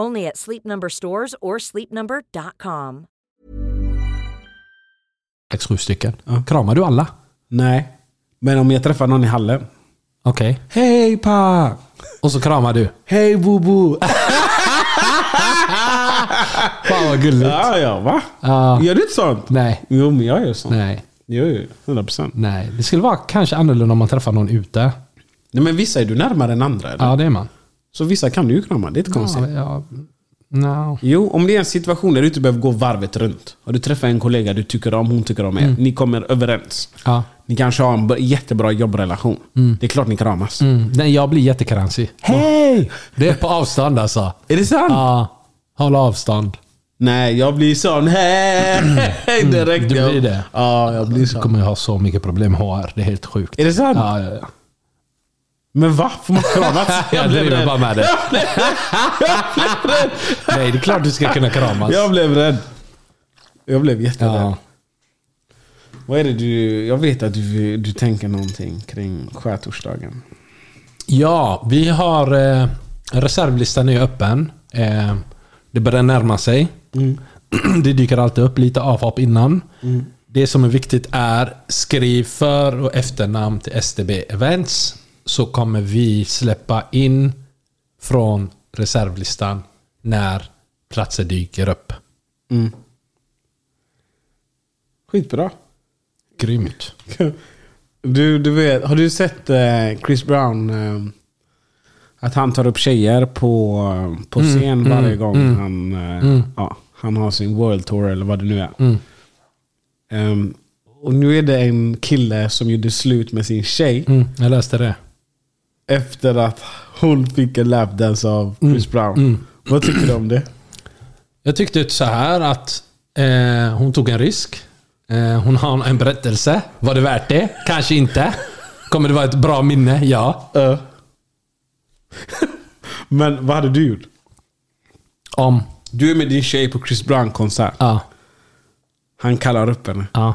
Speaker 7: Only at Sleep Number stores or sleepnumber.com.
Speaker 3: sex, sju stycken. Kramar du alla?
Speaker 2: Nej. Men om jag träffar någon i hallen.
Speaker 3: Okej.
Speaker 2: Hej pa!
Speaker 3: Och så kramar du.
Speaker 2: Hej bobo!
Speaker 3: Fan vad gulligt.
Speaker 2: ja, ja, va?
Speaker 3: Ja.
Speaker 2: Gör du inte sånt?
Speaker 3: Nej.
Speaker 2: Jo, men jag gör sånt.
Speaker 3: Nej.
Speaker 2: Jo, jo, 100 procent.
Speaker 3: Nej, det skulle vara kanske annorlunda om man träffar någon ute.
Speaker 2: Nej, men vissa är du närmare än andra. Eller?
Speaker 3: Ja, det är man.
Speaker 2: Så vissa kan du ju krama. Det är inte konstigt.
Speaker 3: Ja, ja, no.
Speaker 2: Jo, om det är en situation där du inte behöver gå varvet runt. Och du träffar en kollega du tycker om, hon tycker om er. Ni kommer överens.
Speaker 3: Mm. ja.
Speaker 2: Ni kanske har en b- jättebra jobbrelation. Det är klart ni kramas.
Speaker 3: Mm. Nej, jag blir jättekransig.
Speaker 2: Hej!
Speaker 3: Det är på avstånd alltså.
Speaker 2: Är det sant?
Speaker 3: Ja, håll avstånd.
Speaker 2: Nej, jag blir sån. Hej! Direkt.
Speaker 3: Mm. Du
Speaker 2: ja.
Speaker 3: blir det?
Speaker 2: Ja, jag blir
Speaker 3: Du
Speaker 2: sån.
Speaker 3: kommer ju ha så mycket problem med HR. Det är helt sjukt.
Speaker 2: Är det sant?
Speaker 3: Ja, ja, ja.
Speaker 2: Men va? Får man kramas?
Speaker 3: Jag
Speaker 2: blev
Speaker 3: driver
Speaker 2: rädd.
Speaker 3: bara med det. Nej, det är klart du ska kunna kramas.
Speaker 2: Jag blev rädd. Jag blev jätterädd.
Speaker 3: Ja.
Speaker 2: Vad är det du... Jag vet att du, du tänker någonting kring skärtorsdagen.
Speaker 3: Ja, vi har... Eh, reservlistan är öppen. Eh, det börjar närma sig. Det dyker alltid upp lite avhopp innan. Det som är viktigt är skriv för och efternamn till STB Events. Så kommer vi släppa in från reservlistan när platser dyker upp.
Speaker 2: Skitbra.
Speaker 3: Grymt.
Speaker 2: Du, du vet, har du sett eh, Chris Brown? eh, Att han tar upp tjejer på, eh, på
Speaker 3: Mm,
Speaker 2: scen varje gång han, eh, ja, han har sin World Tour eller vad det nu är.
Speaker 3: Mm.
Speaker 2: Ehm, och nu är det en kille som gjorde slut med sin tjej
Speaker 3: Mm, jag läste det.
Speaker 2: efter att hon fick en lapdance av
Speaker 3: Mm.
Speaker 2: Chris Brown. Vad tycker du om det?
Speaker 3: Jag tyckte så här att eh, hon tog en risk. Eh, hon har en berättelse. Var det värt det? Kanske inte. Kommer det vara ett bra minne? Ja.
Speaker 2: Eh. Men vad hade du gjort?
Speaker 3: Om.
Speaker 2: Du är med din tjej på Chris Brown-konsert.
Speaker 3: Ja.
Speaker 2: Han kallar upp henne.
Speaker 3: ja.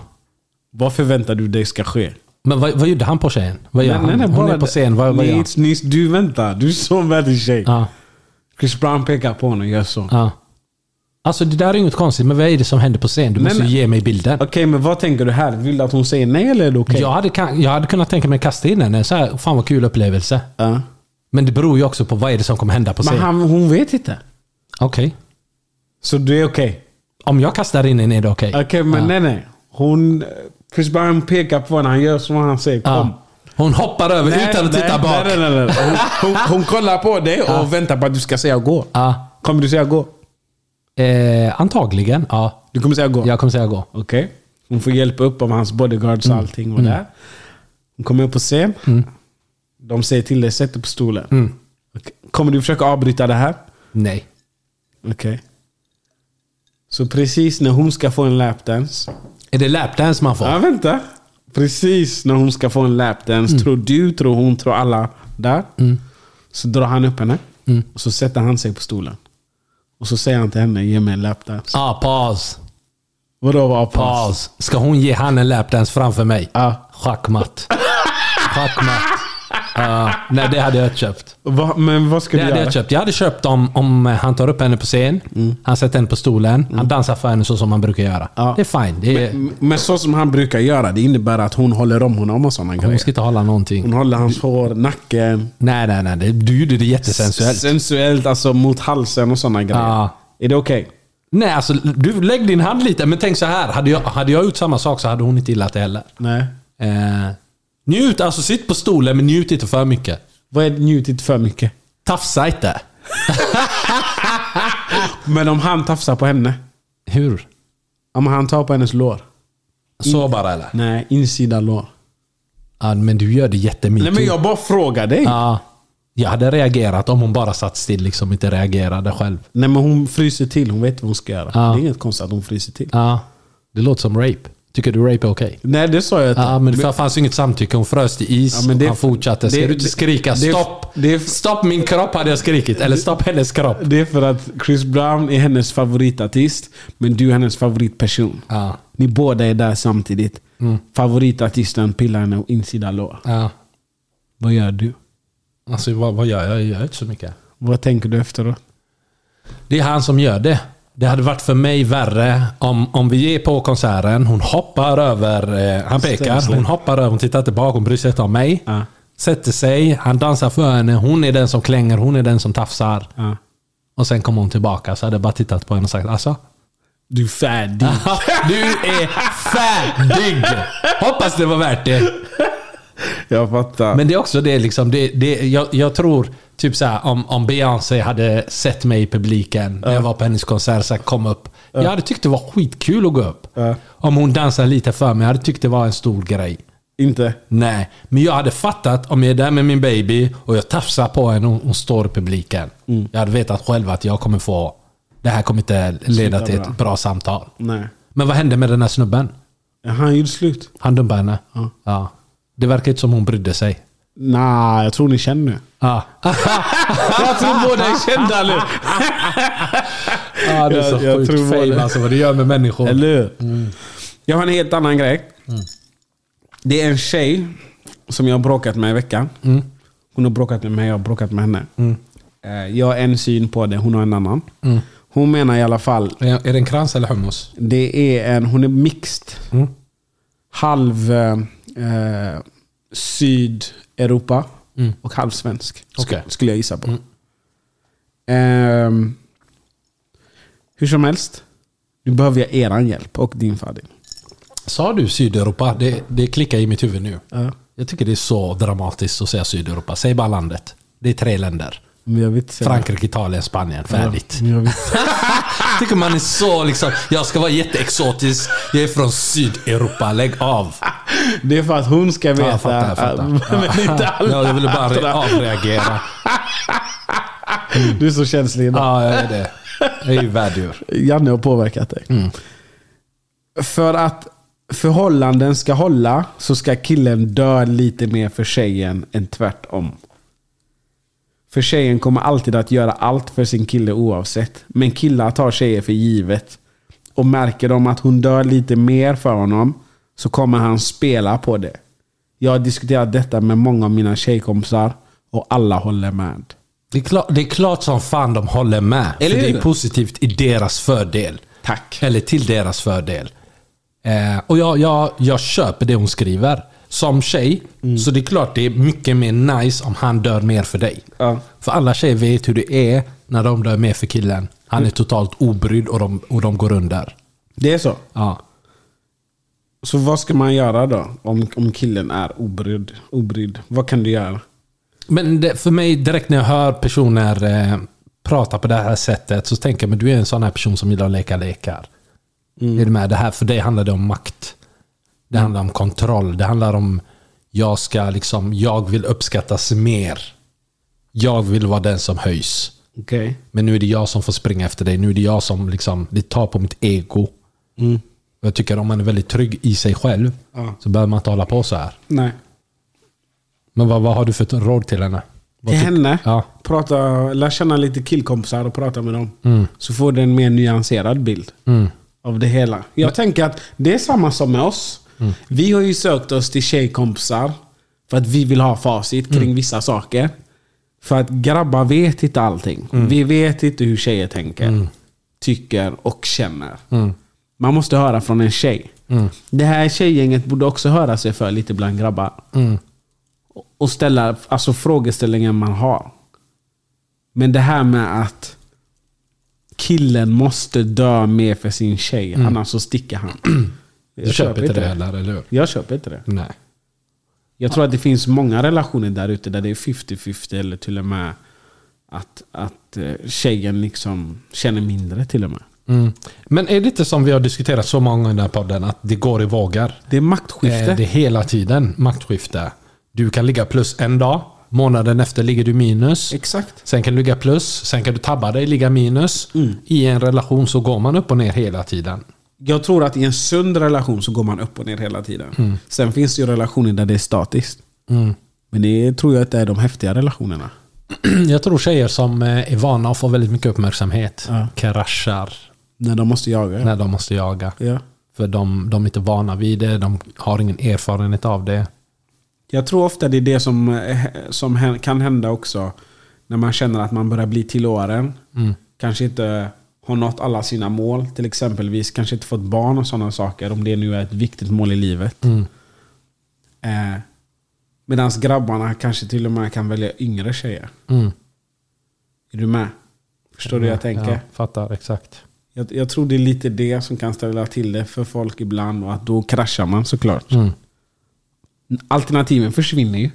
Speaker 2: Vad förväntar du dig ska ske?
Speaker 3: Men vad, vad gjorde han på tjejen? Vad gör han? hon är på scen. Vad, vad gör
Speaker 2: nej,
Speaker 3: han?
Speaker 2: nej, du väntar. Du är så med din tjej.
Speaker 3: Ja.
Speaker 2: Chris Brown pekar på henne och gör så.
Speaker 3: ja. Alltså det där är inget konstigt, men vad är det som händer på scen? Du
Speaker 2: Nej,
Speaker 3: måste
Speaker 2: men-
Speaker 3: ju ge mig bilden.
Speaker 2: Okej, men vad tänker du här? Vill du att hon säger nej eller är det okej?
Speaker 3: Jag, hade, kan- jag hade kunnat tänka mig att kasta in henne. Så här, fan vad kul upplevelse.
Speaker 2: Ja.
Speaker 3: Men det beror ju också på vad är det som kommer hända på
Speaker 2: Men
Speaker 3: scen.
Speaker 2: han, hon vet inte.
Speaker 3: Okej.
Speaker 2: Så du är okej?
Speaker 3: Om jag kastar in henne är det okej.
Speaker 2: Okej, men
Speaker 3: Ja.
Speaker 2: nej nej. Hon, Chris Brown pekar på henne. Han gör som han säger. Kom.
Speaker 3: Ja. Hon hoppar över
Speaker 2: Nej,
Speaker 3: utan att
Speaker 2: nej,
Speaker 3: titta bak.
Speaker 2: Nej, nej, nej, nej. Hon, hon, hon kollar på dig och väntar på att du ska säga gå.
Speaker 3: Ja.
Speaker 2: Kommer du säga gå?
Speaker 3: Eh, antagligen, ja.
Speaker 2: Du kommer säga gå?
Speaker 3: Jag kommer säga Mm. gå.
Speaker 2: Okej. Hon får hjälpa upp av hans bodyguards och allting var där. Hon kommer upp på scen.
Speaker 3: Mm.
Speaker 2: De säger till dig, sätt dig på stolen. Okej. Kommer du försöka avbryta det här?
Speaker 3: Nej.
Speaker 2: Okej. Så precis när hon ska få en lapdance.
Speaker 3: Är det lapdance man får?
Speaker 2: Ja, vänta. Precis när hon ska få en lapdance,
Speaker 3: Mm.
Speaker 2: tror du, tror hon, tror alla där. Så drar han upp henne.
Speaker 3: Mm.
Speaker 2: Och så sätter han sig på stolen. Och så säger han till henne, ge mig en lapdance.
Speaker 3: Ah, paus.
Speaker 2: Vadå var paus?
Speaker 3: Paus. Ska hon ge han en lapdance framför mig?
Speaker 2: Ja.
Speaker 3: Schackmatt. Schackmatt. Ja. nej, det hade jag köpt.
Speaker 2: Va, men vad ska
Speaker 3: Det Mm.
Speaker 2: du
Speaker 3: hade
Speaker 2: göra?
Speaker 3: jag köpt. Jag hade köpt om, om han tar upp henne på scen, han sätter henne på stolen, han dansar för henne så som man brukar göra.
Speaker 2: Ja.
Speaker 3: Det är fine. Det är,
Speaker 2: Men- Men så som han brukar göra, det innebär att hon håller om honom och sådana
Speaker 3: hon
Speaker 2: grejer.
Speaker 3: ska inte hålla någonting.
Speaker 2: Hon håller hans hår, nacken.
Speaker 3: Nej, nej, nej. det- Du gjorde det jättesensuellt.
Speaker 2: Sensuellt, alltså mot halsen och sådana grejer.
Speaker 3: Ja.
Speaker 2: Är det okej?
Speaker 3: Nej, alltså du lägg din hand lite. Men tänk så här. Hade jag, hade jag gjort samma sak så hade hon inte gillat det heller.
Speaker 2: Nej.
Speaker 3: Eh, njut, alltså sitt på stolen men njut inte för mycket.
Speaker 2: Vad är njutit för mycket?
Speaker 3: Tafsa inte.
Speaker 2: Men om han tafsar på henne?
Speaker 3: Hur?
Speaker 2: Om han tar på hennes lår?
Speaker 3: Så bara eller?
Speaker 2: Nej, insida lår.
Speaker 3: Ja, men du gör det
Speaker 2: Nej men
Speaker 3: jättemycket.
Speaker 2: jag bara frågar dig.
Speaker 3: Ja, jag hade reagerat om hon bara satt still liksom inte reagerade själv.
Speaker 2: Nej men hon fryser till, hon vet vad hon ska göra.
Speaker 3: Ja.
Speaker 2: Det är inget konstigt att hon fryser till.
Speaker 3: Ja, det låter som rape. Tycker du rape är okej?
Speaker 2: Nej det sa jag inte.
Speaker 3: Ja, men det fanns ju inget samtycke. Hon frös till is
Speaker 2: Ja, men det-
Speaker 3: och han fortsatte. Ska
Speaker 2: det-
Speaker 3: du inte skrika
Speaker 2: det-
Speaker 3: stopp?
Speaker 2: det-
Speaker 3: stopp min kropp hade jag skrikit. Eller stopp hennes kropp.
Speaker 2: Det är för att Chris Brown är hennes favoritartist, men du är hennes favoritperson.
Speaker 3: Ja. Mm.
Speaker 2: Ni båda är där samtidigt. Favoritartisten pillar henne insida lår.
Speaker 3: Ja.
Speaker 2: Vad gör du?
Speaker 3: Alltså vad, vad gör jag? Jag gör inte så mycket.
Speaker 2: Vad tänker du efteråt?
Speaker 3: Det är han som gör det. Det hade varit för mig värre om, om vi är på konserten, hon hoppar över, eh, han pekar, hon hoppar över, hon tittar tillbaka, hon bryr sig inte om mig.
Speaker 2: Ja.
Speaker 3: Sätter sig, han dansar för henne, hon är den som klänger, hon är den som tafsar.
Speaker 2: Ja.
Speaker 3: Och sen kommer hon tillbaka så hade jag bara tittat på henne och sagt alltså,
Speaker 2: Du är färdig.
Speaker 3: du är Färdig! Hoppas det var värt det.
Speaker 2: Jag fattar.
Speaker 3: Men det är också det liksom, det, det, jag, jag tror typ så här, om, om Beyoncé hade sett mig i publiken när jag var på hennes konsert, så här, kom upp. Jag hade tyckt det var skitkul att gå upp. Om hon dansade lite för mig, jag hade tyckt det var en stor grej.
Speaker 2: Inte?
Speaker 3: Nej, men jag hade fattat om jag är där med min baby och jag tafsar på henne och hon står i publiken.
Speaker 2: Mm.
Speaker 3: Jag hade vetat själv att jag kommer få... Det här kommer inte leda
Speaker 2: Sluta
Speaker 3: till
Speaker 2: bra.
Speaker 3: ett bra samtal.
Speaker 2: Nej.
Speaker 3: Men vad hände med den här snubben?
Speaker 2: Ja, Han gjorde slut.
Speaker 3: Han dumpade henne.
Speaker 2: Ja.
Speaker 3: Ja. Det verkar inte som hon brydde sig.
Speaker 2: Nej, jag tror ni känner.
Speaker 3: Ja.
Speaker 2: jag tror båda är kända nu.
Speaker 3: Ja, det är så
Speaker 2: Jag- jag
Speaker 3: sjukt
Speaker 2: tror
Speaker 3: fame
Speaker 2: det.
Speaker 3: alltså vad det gör med människor.
Speaker 2: Eller hur? Jag har en helt annan grej. Det är en tjej som jag har bråkat med i veckan. Hon har bråkat med mig, jag har bråkat med henne. Eh, Jag har en syn på det, hon har en annan. Hon menar i alla fall,
Speaker 3: Är är det en krans eller hummus?
Speaker 2: det är en, hon är mixed.
Speaker 3: Mm.
Speaker 2: Halv eh, eh, Sydeuropa och halv svensk. sk-
Speaker 3: Mm. Okej. Mm.
Speaker 2: Skulle jag gissa på. Ehm, hur som helst, nu behöver jag eran hjälp och din Fadil.
Speaker 3: Sa du Sydeuropa? Det, det klickar i mitt huvud nu. Jag tycker det är så dramatiskt att säga Sydeuropa. Säg bara landet. Det är tre länder.
Speaker 2: Men jag vill inte säga
Speaker 3: Frankrike, Italien, Spanien. Färdigt.
Speaker 2: Men jag vill inte säga-
Speaker 3: tycker man är så liksom, jag ska vara jätteexotisk. Jag är från Sydeuropa, lägg av.
Speaker 2: Det är för att hon ska veta.
Speaker 3: Ja, jag fattar, jag fattar.
Speaker 2: att- Men inte alla
Speaker 3: Ja, jag ville bara re-
Speaker 2: andra.
Speaker 3: avreagera.
Speaker 2: Du är så känslig idag.
Speaker 3: Ja, jag är det. Jag är ju värddjur.
Speaker 2: Janne har påverkat dig. För att förhållanden ska hålla så ska killen dö lite mer för tjejen än tvärtom. För tjejen kommer alltid att göra allt för sin kille oavsett. Men killar tar tjejer för givet. Och märker de att hon dör lite mer för honom så kommer han spela på det. Jag har diskuterat detta med många av mina tjejkompisar och alla håller med.
Speaker 3: Det är, klart, det är klart som fan de håller med.
Speaker 2: Eller
Speaker 3: för
Speaker 2: hur?
Speaker 3: det är positivt i deras fördel.
Speaker 2: Tack.
Speaker 3: Eller till deras fördel. Eh, och jag, jag, jag köper det hon skriver. Som tjej,
Speaker 2: Mm.
Speaker 3: så det är klart det är mycket mer nice om han dör mer för dig.
Speaker 2: Ja.
Speaker 3: För alla tjejer vet hur det är när de dör mer för killen.
Speaker 2: Mm.
Speaker 3: Han är totalt obrydd och de, och de går under.
Speaker 2: Det är så.
Speaker 3: Ja.
Speaker 2: Så vad ska man göra då? Om, om killen är obrydd, obrydd. Vad kan du göra?
Speaker 3: Men det, för mig, direkt när jag hör personer eh, prata på det här sättet så tänker jag men du är en sån här person som gillar att leka lekar. Är du med? Det här, för dig handlar det om makt. Det handlar om kontroll. Det handlar om jag ska liksom, jag vill uppskattas mer. Jag vill vara den som höjs.
Speaker 2: Okej.
Speaker 3: Men nu är det jag som får springa efter dig. Nu är det jag som liksom, det tar på mitt ego. Och Jag tycker om man är väldigt trygg i sig själv
Speaker 2: Ja.
Speaker 3: så behöver man inte hålla på så här.
Speaker 2: Nej.
Speaker 3: Men vad, vad har du för råd till henne? Vad
Speaker 2: Till
Speaker 3: tyck-
Speaker 2: henne?
Speaker 3: Ja.
Speaker 2: Prata, lär känna lite killkompisar och prata med dem.
Speaker 3: Mm.
Speaker 2: Så får du en mer nyanserad bild av det hela. Jag tänker att det är samma som med oss.
Speaker 3: Mm.
Speaker 2: Vi har ju sökt oss till tjejkompisar för att vi vill ha facit kring
Speaker 3: Mm.
Speaker 2: vissa saker. För att grabbar vet inte allting.
Speaker 3: Mm.
Speaker 2: Vi vet inte hur tjejer tänker, tycker och känner.
Speaker 3: Mm.
Speaker 2: Man måste höra från en tjej. Det här tjejgänget borde också höra sig för lite bland grabbar. Och ställa alltså, frågeställningen man har. Men det här med att killen måste dö mer för sin tjej, annars så sticker han. Jag
Speaker 3: Du Mm. köper inte det heller, eller hur?
Speaker 2: Jag köper inte det.
Speaker 3: Nej.
Speaker 2: Jag tror att det finns många relationer där ute där det är 50-50 eller till och med att, att eh, tjejen liksom känner mindre till och med.
Speaker 3: Mm. Men är det inte som vi har diskuterat så många gånger i den här podden, att det går i vågor?
Speaker 2: Det
Speaker 3: Eh,
Speaker 2: är maktskifte.
Speaker 3: Det är hela tiden maktskifte. Du kan ligga plus en dag, månaden efter ligger du minus.
Speaker 2: Exakt.
Speaker 3: Sen kan du ligga plus, sen kan du tabba dig, ligga minus. I en relation så går man upp och ner hela tiden.
Speaker 2: Jag tror att i en sund relation så går man upp och ner hela tiden. Sen finns det ju relationer där det är statiskt. Men det tror jag inte är de häftiga relationerna.
Speaker 3: Jag tror tjejer som eh, är vana att få väldigt mycket uppmärksamhet kraschar
Speaker 2: När de måste jaga.
Speaker 3: när de måste jaga.
Speaker 2: Ja.
Speaker 3: För de, de är inte vana vid det, de har ingen erfarenhet av det.
Speaker 2: Jag tror ofta det är det som, eh, som hän- kan hända också. När man känner att man börjar bli till åren.
Speaker 3: Mm.
Speaker 2: Kanske inte har nått alla sina mål. Till exempelvis kanske inte fått barn och sådana saker. Om det nu är ett viktigt mål i livet.
Speaker 3: Mm.
Speaker 2: Eh, Medan grabbarna kanske till och med kan välja yngre tjejer.
Speaker 3: Mm.
Speaker 2: Är du med? Förstår du hur jag tänker?
Speaker 3: Ja, fattar, exakt.
Speaker 2: Jag, jag tror det är lite det som kan ställa till det för folk ibland och att då kraschar man såklart.
Speaker 3: Mm.
Speaker 2: Alternativen försvinner ju.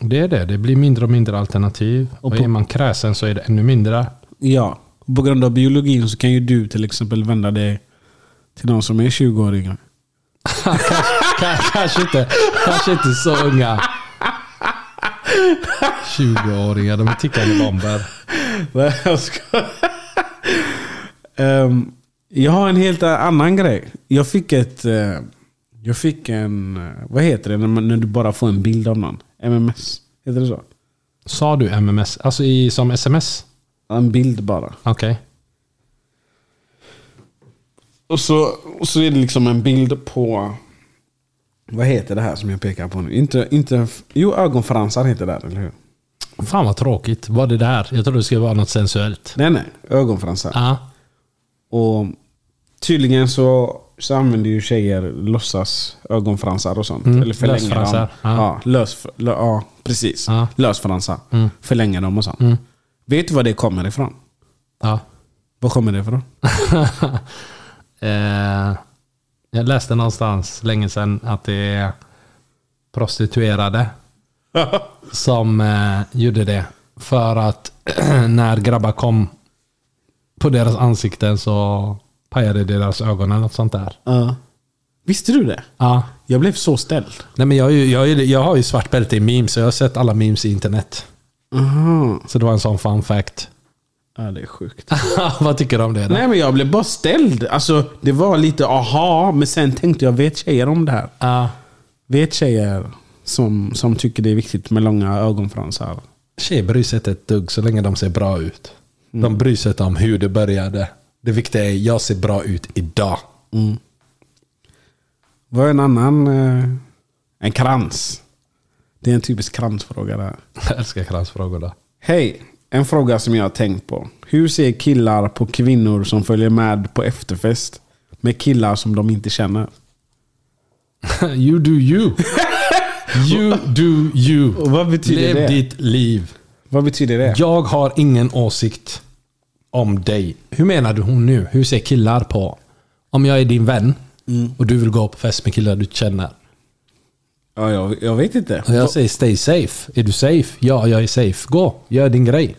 Speaker 3: Det är det. Det blir mindre och mindre alternativ. Och,
Speaker 2: på-
Speaker 3: är man kräsen så är det ännu mindre.
Speaker 2: Ja, och på grund av biologin så kan ju du till exempel vända dig till de som är 20-åringar.
Speaker 3: Ka- kanske, inte, kanske inte så unga. 20-åringar, de är tickande bomber.
Speaker 2: Nej, jag skojar. Ehm, jag har en helt annan grej. Jag fick ett... eh, jag fick en... eh, vad heter det när, man, när du bara får en bild av någon? MMS? Heter det så?
Speaker 3: Sa du MMS? Alltså i, som sms?
Speaker 2: En bild bara.
Speaker 3: Okej.
Speaker 2: Och så, och så är det liksom en bild på... Vad heter det här som jag pekar på nu? Inte, inte, jo, ögonfransar heter det, här, eller hur?
Speaker 3: Fan vad tråkigt. Vad är det där? Jag trodde det skulle vara något sensuellt.
Speaker 2: Nej, nej. Ögonfransar.
Speaker 3: Ja.
Speaker 2: Och tydligen så, så använder ju tjejer låtsas ögonfransar och sånt.
Speaker 3: Mm,
Speaker 2: Eller förlänger
Speaker 3: lösfransar.
Speaker 2: dem.
Speaker 3: Ja.
Speaker 2: Ja. lös, lö, ja, precis.
Speaker 3: Ja.
Speaker 2: Lösfransar.
Speaker 3: Mm.
Speaker 2: Förlänger dem och sånt.
Speaker 3: Mm.
Speaker 2: Vet du var det kommer ifrån?
Speaker 3: Ja.
Speaker 2: Var kommer det ifrån?
Speaker 3: eh, jag läste någonstans länge sedan att det är prostituerade som eh, gjorde det. För att när grabbar kom på deras ansikten så pajade deras ögon eller något sånt där.
Speaker 2: Ja. Visste du det?
Speaker 3: Ja.
Speaker 2: Jag blev så ställd.
Speaker 3: Nej, men jag, är ju- jag, är- jag har ju svart bälte i memes, så jag har sett alla memes i internet.
Speaker 2: Aha.
Speaker 3: Så det var en sån fun fact.
Speaker 2: Ja, det är sjukt.
Speaker 3: Vad tycker du om det? då?
Speaker 2: Nej men jag blev bara ställd. Alltså, det var lite aha, men sen tänkte jag, vet tjejer om det här?
Speaker 3: Ja.
Speaker 2: Vet tjejer som, som tycker det är viktigt med långa ögonfransar?
Speaker 3: Tjejer bryr sig inte ett dugg så länge de ser bra ut.
Speaker 2: Mm.
Speaker 3: De bryr sig inte om hur det började. Det viktiga är jag ser bra ut idag.
Speaker 2: Vad är en annan... Eh, en krans. Det är en typisk kransfråga där.
Speaker 3: Jag älskar kransfrågorna.
Speaker 2: Hej! En fråga som jag har tänkt på. Hur ser killar på kvinnor som följer med på efterfest? Med killar som de inte känner.
Speaker 3: you do you. You do you.
Speaker 2: Och vad betyder
Speaker 3: Lev
Speaker 2: det?
Speaker 3: ditt liv.
Speaker 2: Vad betyder det?
Speaker 3: Jag har ingen åsikt om dig. Hur menar du hon nu? Hur ser killar på? Om jag är din vän
Speaker 2: Mm.
Speaker 3: och du vill gå på fest med killar du känner.
Speaker 2: Ja, jag, jag vet inte.
Speaker 3: Och jag säger stay safe. Är du safe? Ja, jag är safe. Gå, gör din grej.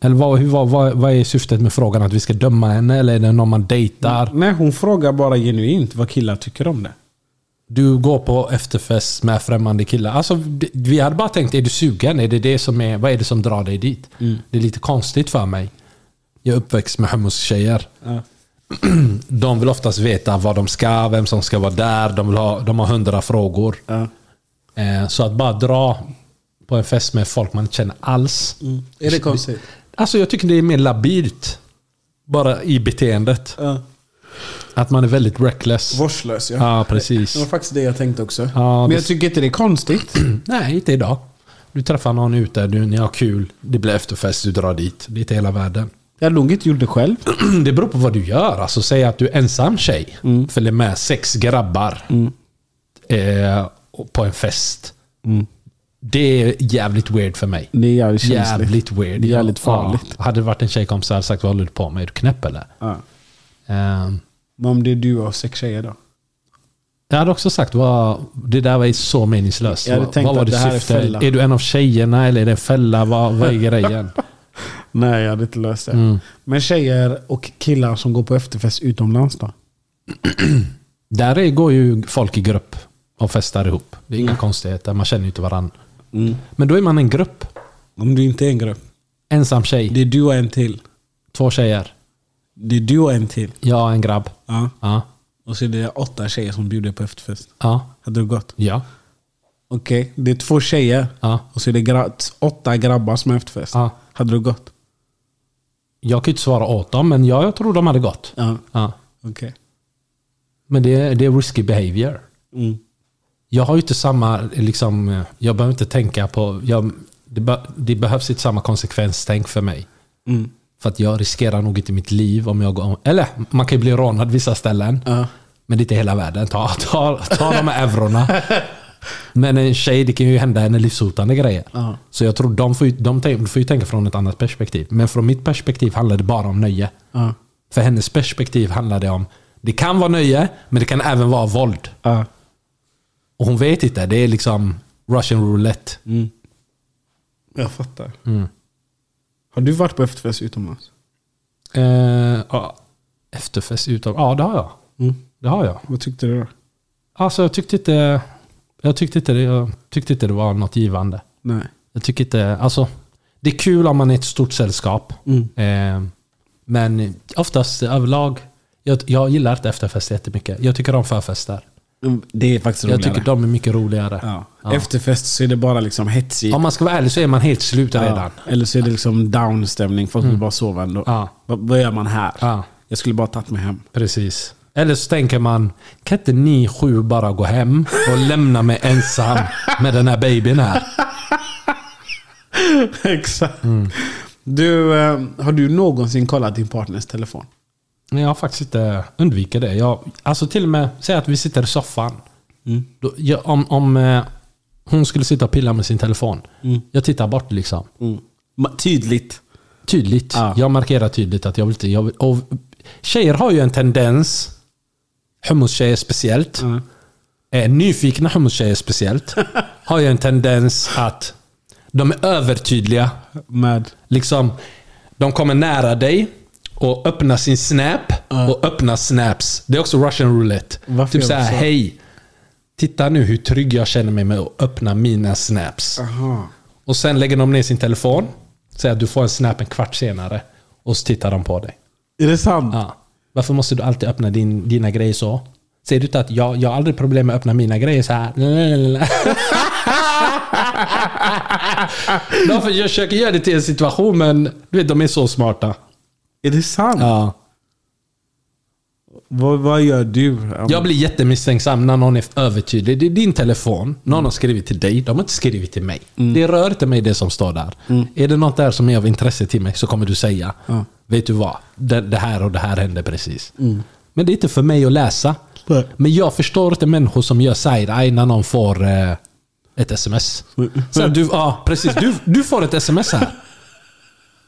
Speaker 3: Eller vad, hur- vad, vad, vad är syftet med frågan? Att vi ska döma henne? Eller är det någon man dejtar?
Speaker 2: Nej, hon frågar bara genuint vad killar tycker om det.
Speaker 3: Du går på efterfest med främmande killar. Alltså, det- vi hade bara tänkt, är du sugen? Är det det som är, vad är det som drar dig dit?
Speaker 2: Mm.
Speaker 3: Det är lite konstigt för mig. Jag är uppväxt med homos-tjejer. De vill oftast veta vad de ska, vem som ska vara där. De, vill ha, de har hundra frågor. Eh, Så att bara dra på en fest med folk man inte känner alls.
Speaker 2: Mm. Är det konstigt?
Speaker 3: Alltså jag tycker det är mer labilt. Bara i beteendet.
Speaker 2: Ja.
Speaker 3: Att man är väldigt reckless.
Speaker 2: Vårdslös ja.
Speaker 3: Ja, precis.
Speaker 2: Det var faktiskt det jag tänkte också.
Speaker 3: Ja,
Speaker 2: Men
Speaker 3: det-
Speaker 2: jag tycker inte det är konstigt.
Speaker 3: Nej, inte idag. Du träffar någon ute, du, ni har kul, det blir efterfest, du drar dit. Det är inte hela världen.
Speaker 2: Jag nog inte gjort det själv.
Speaker 3: Det beror på vad du gör. Alltså, säg att du är ensam tjej,
Speaker 2: Mm.
Speaker 3: följer med sex grabbar eh, och- på en fest. Det är jävligt weird för mig.
Speaker 2: Mm. Det är jävligt känsligt.
Speaker 3: Jävligt weird.
Speaker 2: Det är jävligt
Speaker 3: Ja.
Speaker 2: farligt.
Speaker 3: Ja. Hade det varit en tjejkompis hade jag sagt vad håller du på med? Är du knäpp eller?
Speaker 2: Ja.
Speaker 3: Ehm,
Speaker 2: Men om det är du och sex tjejer då?
Speaker 3: Jag hade också sagt vad det där var så meningslöst.
Speaker 2: Jag hade
Speaker 3: Vad-
Speaker 2: tänkt
Speaker 3: vad var
Speaker 2: att det här är
Speaker 3: syfte?
Speaker 2: fälla.
Speaker 3: Är du en av tjejerna eller är det en fälla? Vad, vad är grejen?
Speaker 2: Nej, jag hade inte löst det.
Speaker 3: Mm.
Speaker 2: Men tjejer och killar som går på efterfest utomlands då?
Speaker 3: Där är, går ju folk i grupp och festar ihop. Det är
Speaker 2: Mm.
Speaker 3: inga konstigheter. Man känner ju inte varandra. Men då är man en grupp.
Speaker 2: Om du inte är en grupp.
Speaker 3: Ensam tjej.
Speaker 2: Det är du och en till.
Speaker 3: Två tjejer.
Speaker 2: Det är du och en till.
Speaker 3: Jag och en grabb.
Speaker 2: Ja.
Speaker 3: Ja.
Speaker 2: Och så är det åtta tjejer som bjuder på efterfest.
Speaker 3: Ja.
Speaker 2: Hade du gått?
Speaker 3: Ja.
Speaker 2: Okej, det är två tjejer.
Speaker 3: Ja.
Speaker 2: Och så är det gra- åtta grabbar som har efterfest.
Speaker 3: Ja.
Speaker 2: Hade du gått?
Speaker 3: Jag kan ju inte svara åt dem, men jag, jag tror de hade gått.
Speaker 2: Ja.
Speaker 3: Ja.
Speaker 2: Okej.
Speaker 3: Men det, är- det är risky behavior.
Speaker 2: Mm.
Speaker 3: Jag har ju inte samma, liksom, eh, jag behöver inte tänka på, jag, det, be, det behövs inte samma konsekvenstänk för mig.
Speaker 2: Mm.
Speaker 3: För att jag riskerar nog inte mitt liv om jag går, eller man kan ju bli rånad vissa ställen.
Speaker 2: Ja.
Speaker 3: Men det är inte hela världen. Ta, ta, ta de här eurona. Men en tjej, det kan ju hända henne livshotande grejer.
Speaker 2: Ja.
Speaker 3: Så jag tror de får, ju, de, tän- de får ju tänka från ett annat perspektiv. Men från mitt perspektiv handlar det bara om nöje.
Speaker 2: Ja.
Speaker 3: För hennes perspektiv handlar det om, det kan vara nöje, men det kan även vara våld.
Speaker 2: Ja.
Speaker 3: Och hon vet inte, det är liksom Russian roulette.
Speaker 2: Mm. Jag fattar.
Speaker 3: Mm.
Speaker 2: Har du varit på efterfest utomlands?
Speaker 3: Eh, ja, efterfest utav, ja det har jag.
Speaker 2: Mm.
Speaker 3: Det har jag.
Speaker 2: Vad tyckte du då?
Speaker 3: Alltså jag tyckte inte, jag tyckte inte, det, jag tyckte inte det var något givande.
Speaker 2: Nej.
Speaker 3: Jag tycker inte, alltså det är kul om man är ett stort sällskap. Eh, men oftast överlag, jag, jag gillar inte efterfester jättemycket. Jag tycker om förfester.
Speaker 2: Det är faktiskt
Speaker 3: Jag tycker de är mycket roligare.
Speaker 2: ja.
Speaker 3: Ja.
Speaker 2: Efterfest så är det bara liksom hetsigt.
Speaker 3: Om man ska vara ärlig så är man helt slut redan.
Speaker 2: Ja. Eller så är det liksom downstämning. Folk vill bara sova ändå.
Speaker 3: Mm. Ja.
Speaker 2: Vad, vad gör man här?
Speaker 3: Ja.
Speaker 2: Jag skulle bara tagit mig hem.
Speaker 3: Precis. Eller så tänker man, kan inte ni sju bara gå hem och lämna mig ensam med den här babyn här?
Speaker 2: Exakt.
Speaker 3: Mm.
Speaker 2: Du, eh, har du någonsin kollat din partners telefon?
Speaker 3: Nej, Jag har faktiskt inte undviker det. Jag, alltså till och med, säg att vi sitter i soffan. Då, jag, om om eh, hon skulle sitta och pilla med sin telefon. Jag tittar bort liksom.
Speaker 2: Ma- Tydligt.
Speaker 3: Tydligt.
Speaker 2: Mm. Ja.
Speaker 3: Jag markerar tydligt att jag vill inte... Jag vill, och tjejer har ju en tendens, hummus-tjejer speciellt, eh, nyfikna hummus-tjejer speciellt, har ju en tendens att de är övertydliga.
Speaker 2: Med?
Speaker 3: Liksom, de kommer nära dig och öppnar sin snap och öppnar snaps. Det är också russian roulette.
Speaker 2: Varför
Speaker 3: typ
Speaker 2: gör de
Speaker 3: såhär,
Speaker 2: så?
Speaker 3: hej. Titta nu hur trygg jag känner mig med att öppna mina snaps.
Speaker 2: Aha.
Speaker 3: Och sen lägger de ner sin telefon. Säger att du får en snap en kvart senare. Och så tittar de på dig.
Speaker 2: Är det sant?
Speaker 3: Ja. Varför måste du alltid öppna din, dina grejer så? Säger du inte att jag, jag har aldrig problem med att öppna mina grejer så här? de för- jag försöker göra det till en situation men du vet, de är så smarta.
Speaker 2: Är det sant?
Speaker 3: Ja.
Speaker 2: Vad, vad gör du?
Speaker 3: Jag blir jättemisstänksam när någon är övertydlig. Det är din telefon. Någon har skrivit till dig. De har inte skrivit till mig. Det rör inte mig det som står där. Är det något där som är av intresse till mig så kommer du säga. Vet du vad? Det, det här och det här hände precis. Men det är inte för mig att läsa.
Speaker 2: Nej.
Speaker 3: Men jag förstår inte människor som gör side-eye när någon får eh, ett sms. Så här, du, ja, precis. Du, du får ett sms här.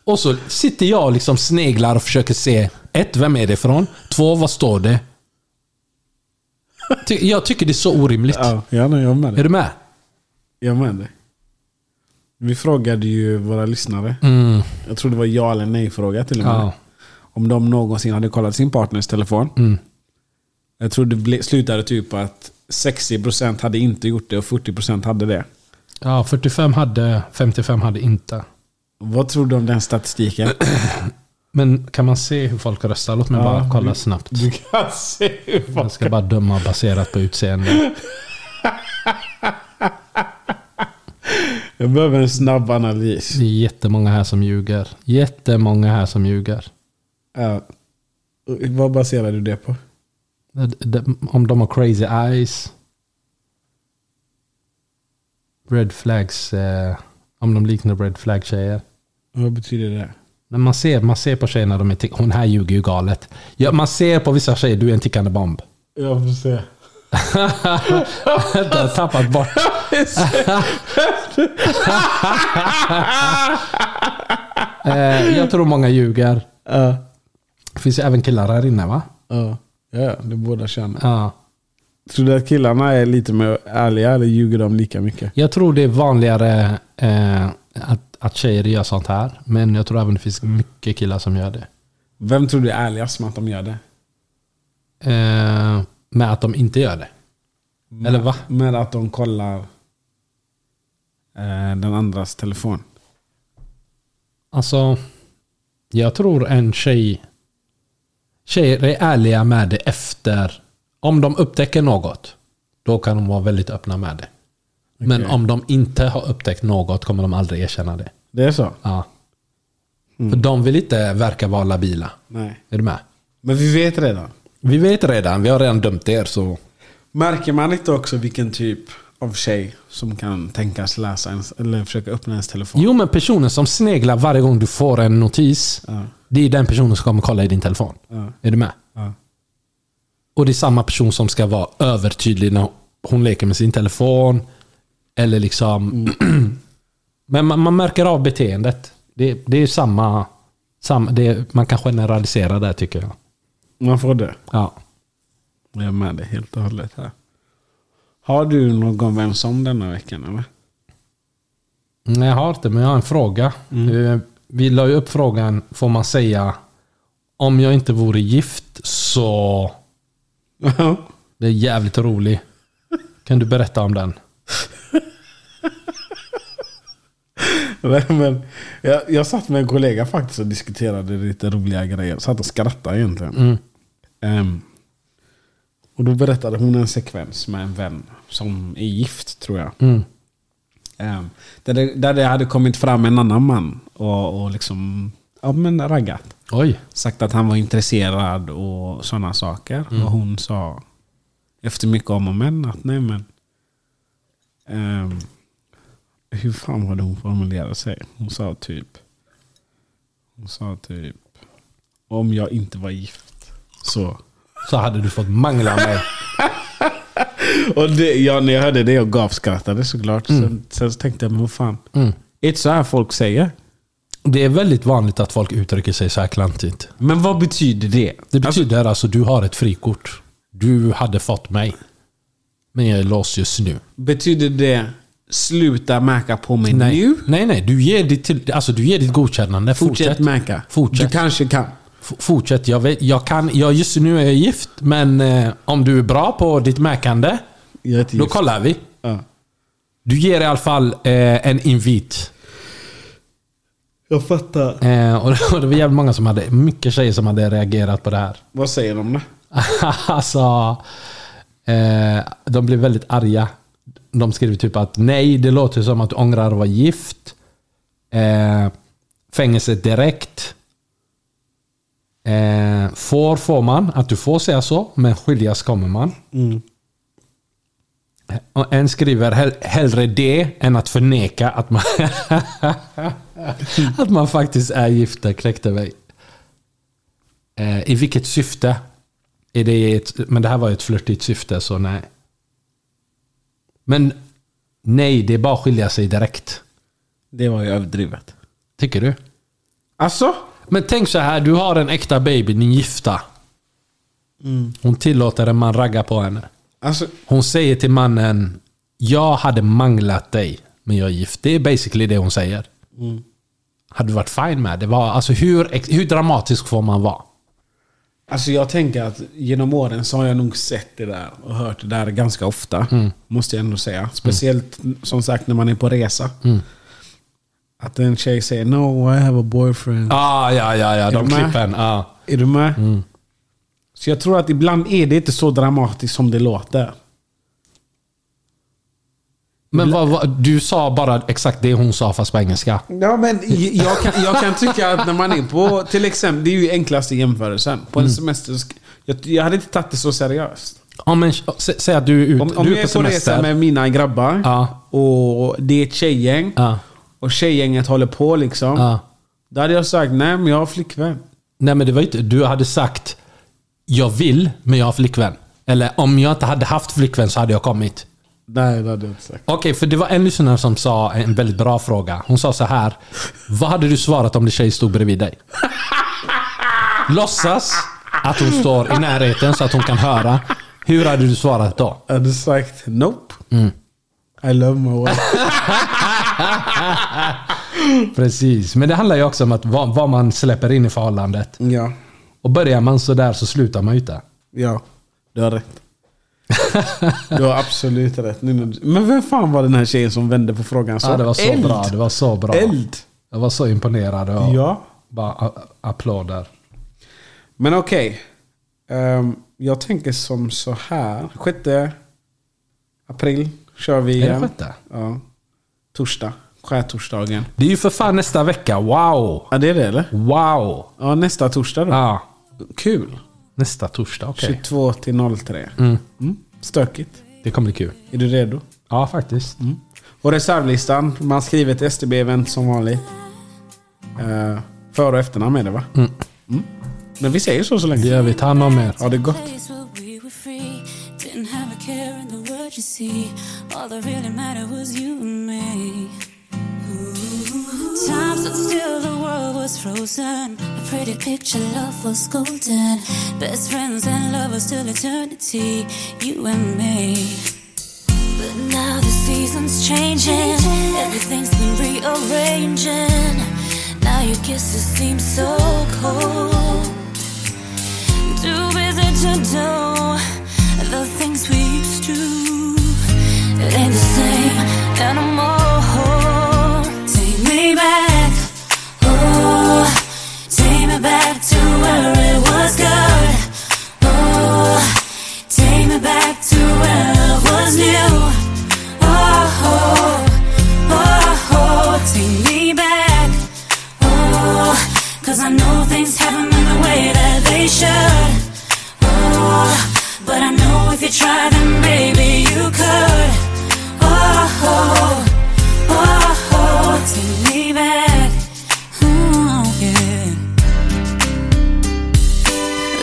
Speaker 3: Och så sitter jag och liksom sneglar och försöker se. Ett, vem är det ifrån? Två, vad står det? Ty- Jag tycker det är så orimligt.
Speaker 2: Ja, ja, nej, jag är med
Speaker 3: Är
Speaker 2: dig.
Speaker 3: du med?
Speaker 2: Jag är med dig. Vi frågade ju våra lyssnare. Jag tror det var ja eller nej-fråga till och med.
Speaker 3: Ja.
Speaker 2: Om de någonsin hade kollat sin partners telefon. Jag tror det ble, slutade typ att 60% hade inte gjort det och 40% hade det.
Speaker 3: Ja, 45 hade, 55 hade inte.
Speaker 2: Vad tror du om den statistiken?
Speaker 3: Men kan man se hur folk röstar? Låt mig
Speaker 2: Ja,
Speaker 3: bara kolla
Speaker 2: du-
Speaker 3: snabbt.
Speaker 2: Du kan se hur
Speaker 3: Jag ska bara döma baserat på utseende.
Speaker 2: Jag behöver en snabb analys.
Speaker 3: Det är jättemånga här som ljuger. Jättemånga här som ljuger.
Speaker 2: Ja. Vad baserar du det på?
Speaker 3: D- d- Om de har crazy eyes. Red flags. Eh, om de liknar red flag tjejer.
Speaker 2: Vad betyder det?
Speaker 3: Men man ser, man ser på tjejer när de är tick- Hon här ljuger ju galet. Ja, man ser på vissa tjejer, du är en tickande bomb.
Speaker 2: Jag får se.
Speaker 3: Du har tappat bort. Eh, jag tror många ljuger.
Speaker 2: Ja.
Speaker 3: Det finns ju även killar här inne va?
Speaker 2: Ja. Ja, det är båda könen.
Speaker 3: Ja.
Speaker 2: Tror du att killarna är lite mer ärliga eller ljuger de lika mycket?
Speaker 3: Jag tror det är vanligare eh, att, att tjejer gör sånt här. Men jag tror även det finns mycket killar som gör det.
Speaker 2: Vem tror du är ärligast med att de gör det?
Speaker 3: Eh, med att de inte gör det.
Speaker 2: Mm.
Speaker 3: Eller va?
Speaker 2: Med att de kollar eh, den andras telefon.
Speaker 3: Alltså, jag tror en tjej... Tjejer är ärliga med det efter... Om de upptäcker något, då kan de vara väldigt öppna med det. Men
Speaker 2: Okej.
Speaker 3: om de inte har upptäckt något kommer de aldrig erkänna det.
Speaker 2: Det är så?
Speaker 3: Ja. För de vill inte verka vara labila.
Speaker 2: Nej.
Speaker 3: Är du med?
Speaker 2: Men vi vet redan.
Speaker 3: Vi vet redan, vi har redan dömt er så...
Speaker 2: Märker man inte också vilken typ av tjej som kan tänkas läsa ens, eller försöka öppna ens telefon?
Speaker 3: Jo men personen som sneglar varje gång du får en notis. Det är den personen som kommer kolla i din telefon. Är du med?
Speaker 2: Ja.
Speaker 3: Och det är samma person som ska vara övertydlig när, hon leker med sin telefon. Eller liksom... Men man, man märker av beteendet. Det, det är ju samma... samma det, man kan generalisera där tycker jag.
Speaker 2: Man får det.
Speaker 3: Ja.
Speaker 2: Jag är med dig helt och hållet här. Har du någon vän som denna veckan eller?
Speaker 3: Nej, Mm, jag har inte, men jag har en fråga. Eh, Vi la ju upp frågan, får man säga om jag inte vore gift så... Det är jävligt rolig. Kan du berätta om den?
Speaker 2: Nej, men jag, jag satt med en kollega faktiskt och diskuterade lite roliga grejer. Satt och skrattade egentligen. Ehm, och då berättade hon en sekvens med en vän som är gift tror jag. Ehm, där, det, där det hade kommit fram en annan man och, och liksom ja, men raggat.
Speaker 3: Oj.
Speaker 2: Sagt att han var intresserad och sådana saker.
Speaker 3: Mm.
Speaker 2: Och hon sa efter mycket om och men att nej men... ehm, hur fan var det hon formulerade sig? Hon sa typ... Hon sa typ... Om jag inte var gift. Så.
Speaker 3: Så hade du fått mangla mig.
Speaker 2: Och det, ja, när jag hörde det jag gapskrattade såklart.
Speaker 3: Mm.
Speaker 2: Sen, sen så tänkte jag, men vad fan. Är det så här folk säger?
Speaker 3: Det är väldigt vanligt att folk uttrycker sig så här klantigt.
Speaker 2: Men vad betyder det?
Speaker 3: Det betyder alltså, du har ett frikort. Du hade fått mig. Men jag är låst just nu.
Speaker 2: Betyder det sluta märka på mig
Speaker 3: Nej,
Speaker 2: nu?
Speaker 3: nej, nej. Du ger ditt, till, alltså, du ger ditt godkännande.
Speaker 2: Fortsätt, märka.
Speaker 3: Fortsätt.
Speaker 2: Du kanske kan.
Speaker 3: F- Fortsätt. Jag, vet, jag kan... Jag, just nu är jag gift, men eh, om du är bra på ditt mäkande,
Speaker 2: Jag är inte
Speaker 3: då
Speaker 2: gift.
Speaker 3: kollar vi.
Speaker 2: Ja.
Speaker 3: Du ger i alla fall eh, en invit.
Speaker 2: Jag fattar.
Speaker 3: Eh, och det och det var jävligt många som hade... Mycket tjejer som hade reagerat på det här.
Speaker 2: Vad säger de då?
Speaker 3: alltså... Eh, de blev väldigt arga. De skrev typ att nej, det låter som att du ångrar att vara gift. Eh, fängelse direkt. Eh, får får man, att du får säga så, men skiljas kommer man. Och en skriver hell, hellre det än att förneka att man, att man faktiskt är gifta, knäckte mig. Eh, I vilket syfte? Är det ett, men det här var ju ett flörtigt syfte, så nej. Men nej, det är bara att skilja sig direkt.
Speaker 2: Det var ju överdrivet.
Speaker 3: Tycker du?
Speaker 2: Alltså?
Speaker 3: Men tänk så här, du har en äkta baby, ni är gifta. Hon tillåter en man ragga på henne.
Speaker 2: Alltså,
Speaker 3: Hon säger till mannen, jag hade manglat dig, men jag är gift. Det är basically det hon säger. Hade du varit fine med det? Var, alltså hur, ex- hur dramatisk får man vara?
Speaker 2: alltså jag tänker att genom åren så har jag nog sett det där och hört det där ganska ofta. Måste jag ändå säga. Speciellt som sagt när man är på resa. Att en tjej säger No, I have a boyfriend.
Speaker 3: Ah, ja, ja, ja. De
Speaker 2: du med?
Speaker 3: klippen. Ah.
Speaker 2: Är du med? Så jag tror att ibland är det inte så dramatiskt som det låter.
Speaker 3: Men vad, vad, du sa bara exakt det hon sa fast på engelska.
Speaker 2: Ja, men j- jag kan, jag kan tycka att när man är på, till exempel, det är ju enklaste jämförelsen. På en
Speaker 3: Mm.
Speaker 2: semester, så sk- jag, jag hade inte tagit det så seriöst.
Speaker 3: Om en, sä- säg att du är, ut,
Speaker 2: Om, om
Speaker 3: du
Speaker 2: jag
Speaker 3: är på
Speaker 2: är på
Speaker 3: semester.
Speaker 2: resa med mina grabbar
Speaker 3: Ja.
Speaker 2: och det är ett tjejgäng
Speaker 3: Ja.
Speaker 2: och tjejgänget håller på liksom.
Speaker 3: Ja.
Speaker 2: Då hade jag sagt nej men jag har flickvän.
Speaker 3: Nej men det var ju inte, du hade sagt jag vill men jag har flickvän. Eller om jag inte hade haft flickvän så hade jag kommit.
Speaker 2: Nej det hade jag inte sagt.
Speaker 3: Okej, för det var en lyssnare som sa en väldigt bra fråga. Hon sa så här. Vad hade du svarat om din tjej stod bredvid dig? Låtsas att hon står i närheten så att hon kan höra. Hur hade du svarat då?
Speaker 2: Jag hade sagt nope.
Speaker 3: Mm.
Speaker 2: I love my wife.
Speaker 3: Precis, men det handlar ju också om att vad, vad man släpper in i förhållandet.
Speaker 2: ja.
Speaker 3: Och börjar man så där så slutar man ju inte.
Speaker 2: Ja. Du har rätt. Du har absolut rätt. Nu när du- Men vem fan var den här tjejen som vände på frågan?
Speaker 3: Ja, det var så
Speaker 2: eld.
Speaker 3: bra. Det var så bra.
Speaker 2: Eld.
Speaker 3: Jag var så imponerad. Och
Speaker 2: Ja.
Speaker 3: Bara a- applåder.
Speaker 2: Men okej. Ehm, jag tänker som så här. 6 april kör vi
Speaker 3: Är
Speaker 2: igen.
Speaker 3: det sjätte?
Speaker 2: Ja. Torsdag. Skärtorsdagen.
Speaker 3: Det är ju för fan nästa vecka. Wow!
Speaker 2: Ja, det är det eller?
Speaker 3: Wow!
Speaker 2: Ja, nästa torsdag då.
Speaker 3: Ja,
Speaker 2: Kul.
Speaker 3: nästa torsdag. Okej.
Speaker 2: 22 till 03. Mm. Stökigt.
Speaker 3: Det kommer bli kul.
Speaker 2: Är du redo?
Speaker 3: Ja, faktiskt.
Speaker 2: Och reservlistan. Man skriver ett STB-event som vanligt. Uh, för och efternamn är det va? Mm. Men vi säger så så länge.
Speaker 3: Det gör vi. Ta hand om er.
Speaker 2: Ha det gott.
Speaker 8: place where we were free. Didn't have a care in the what you see. All that really mattered was you and me. Time stood still, the world was frozen. A pretty picture, love was golden. Best friends and lovers till eternity, you and me. But now the season's changing, everything's been rearranging. Now your kisses seem so cold. Too busy to do the things we used to. It ain't the same anymore. Take me back, oh, take me back to where it was good. Oh, take me back to where it was new. Oh, oh, oh, oh, take me back, oh, 'cause I know things haven't been the way that they should. Oh, but I know if you try, then baby you could. Oh, oh, oh, oh take me back. Ooh, Oh, yeah.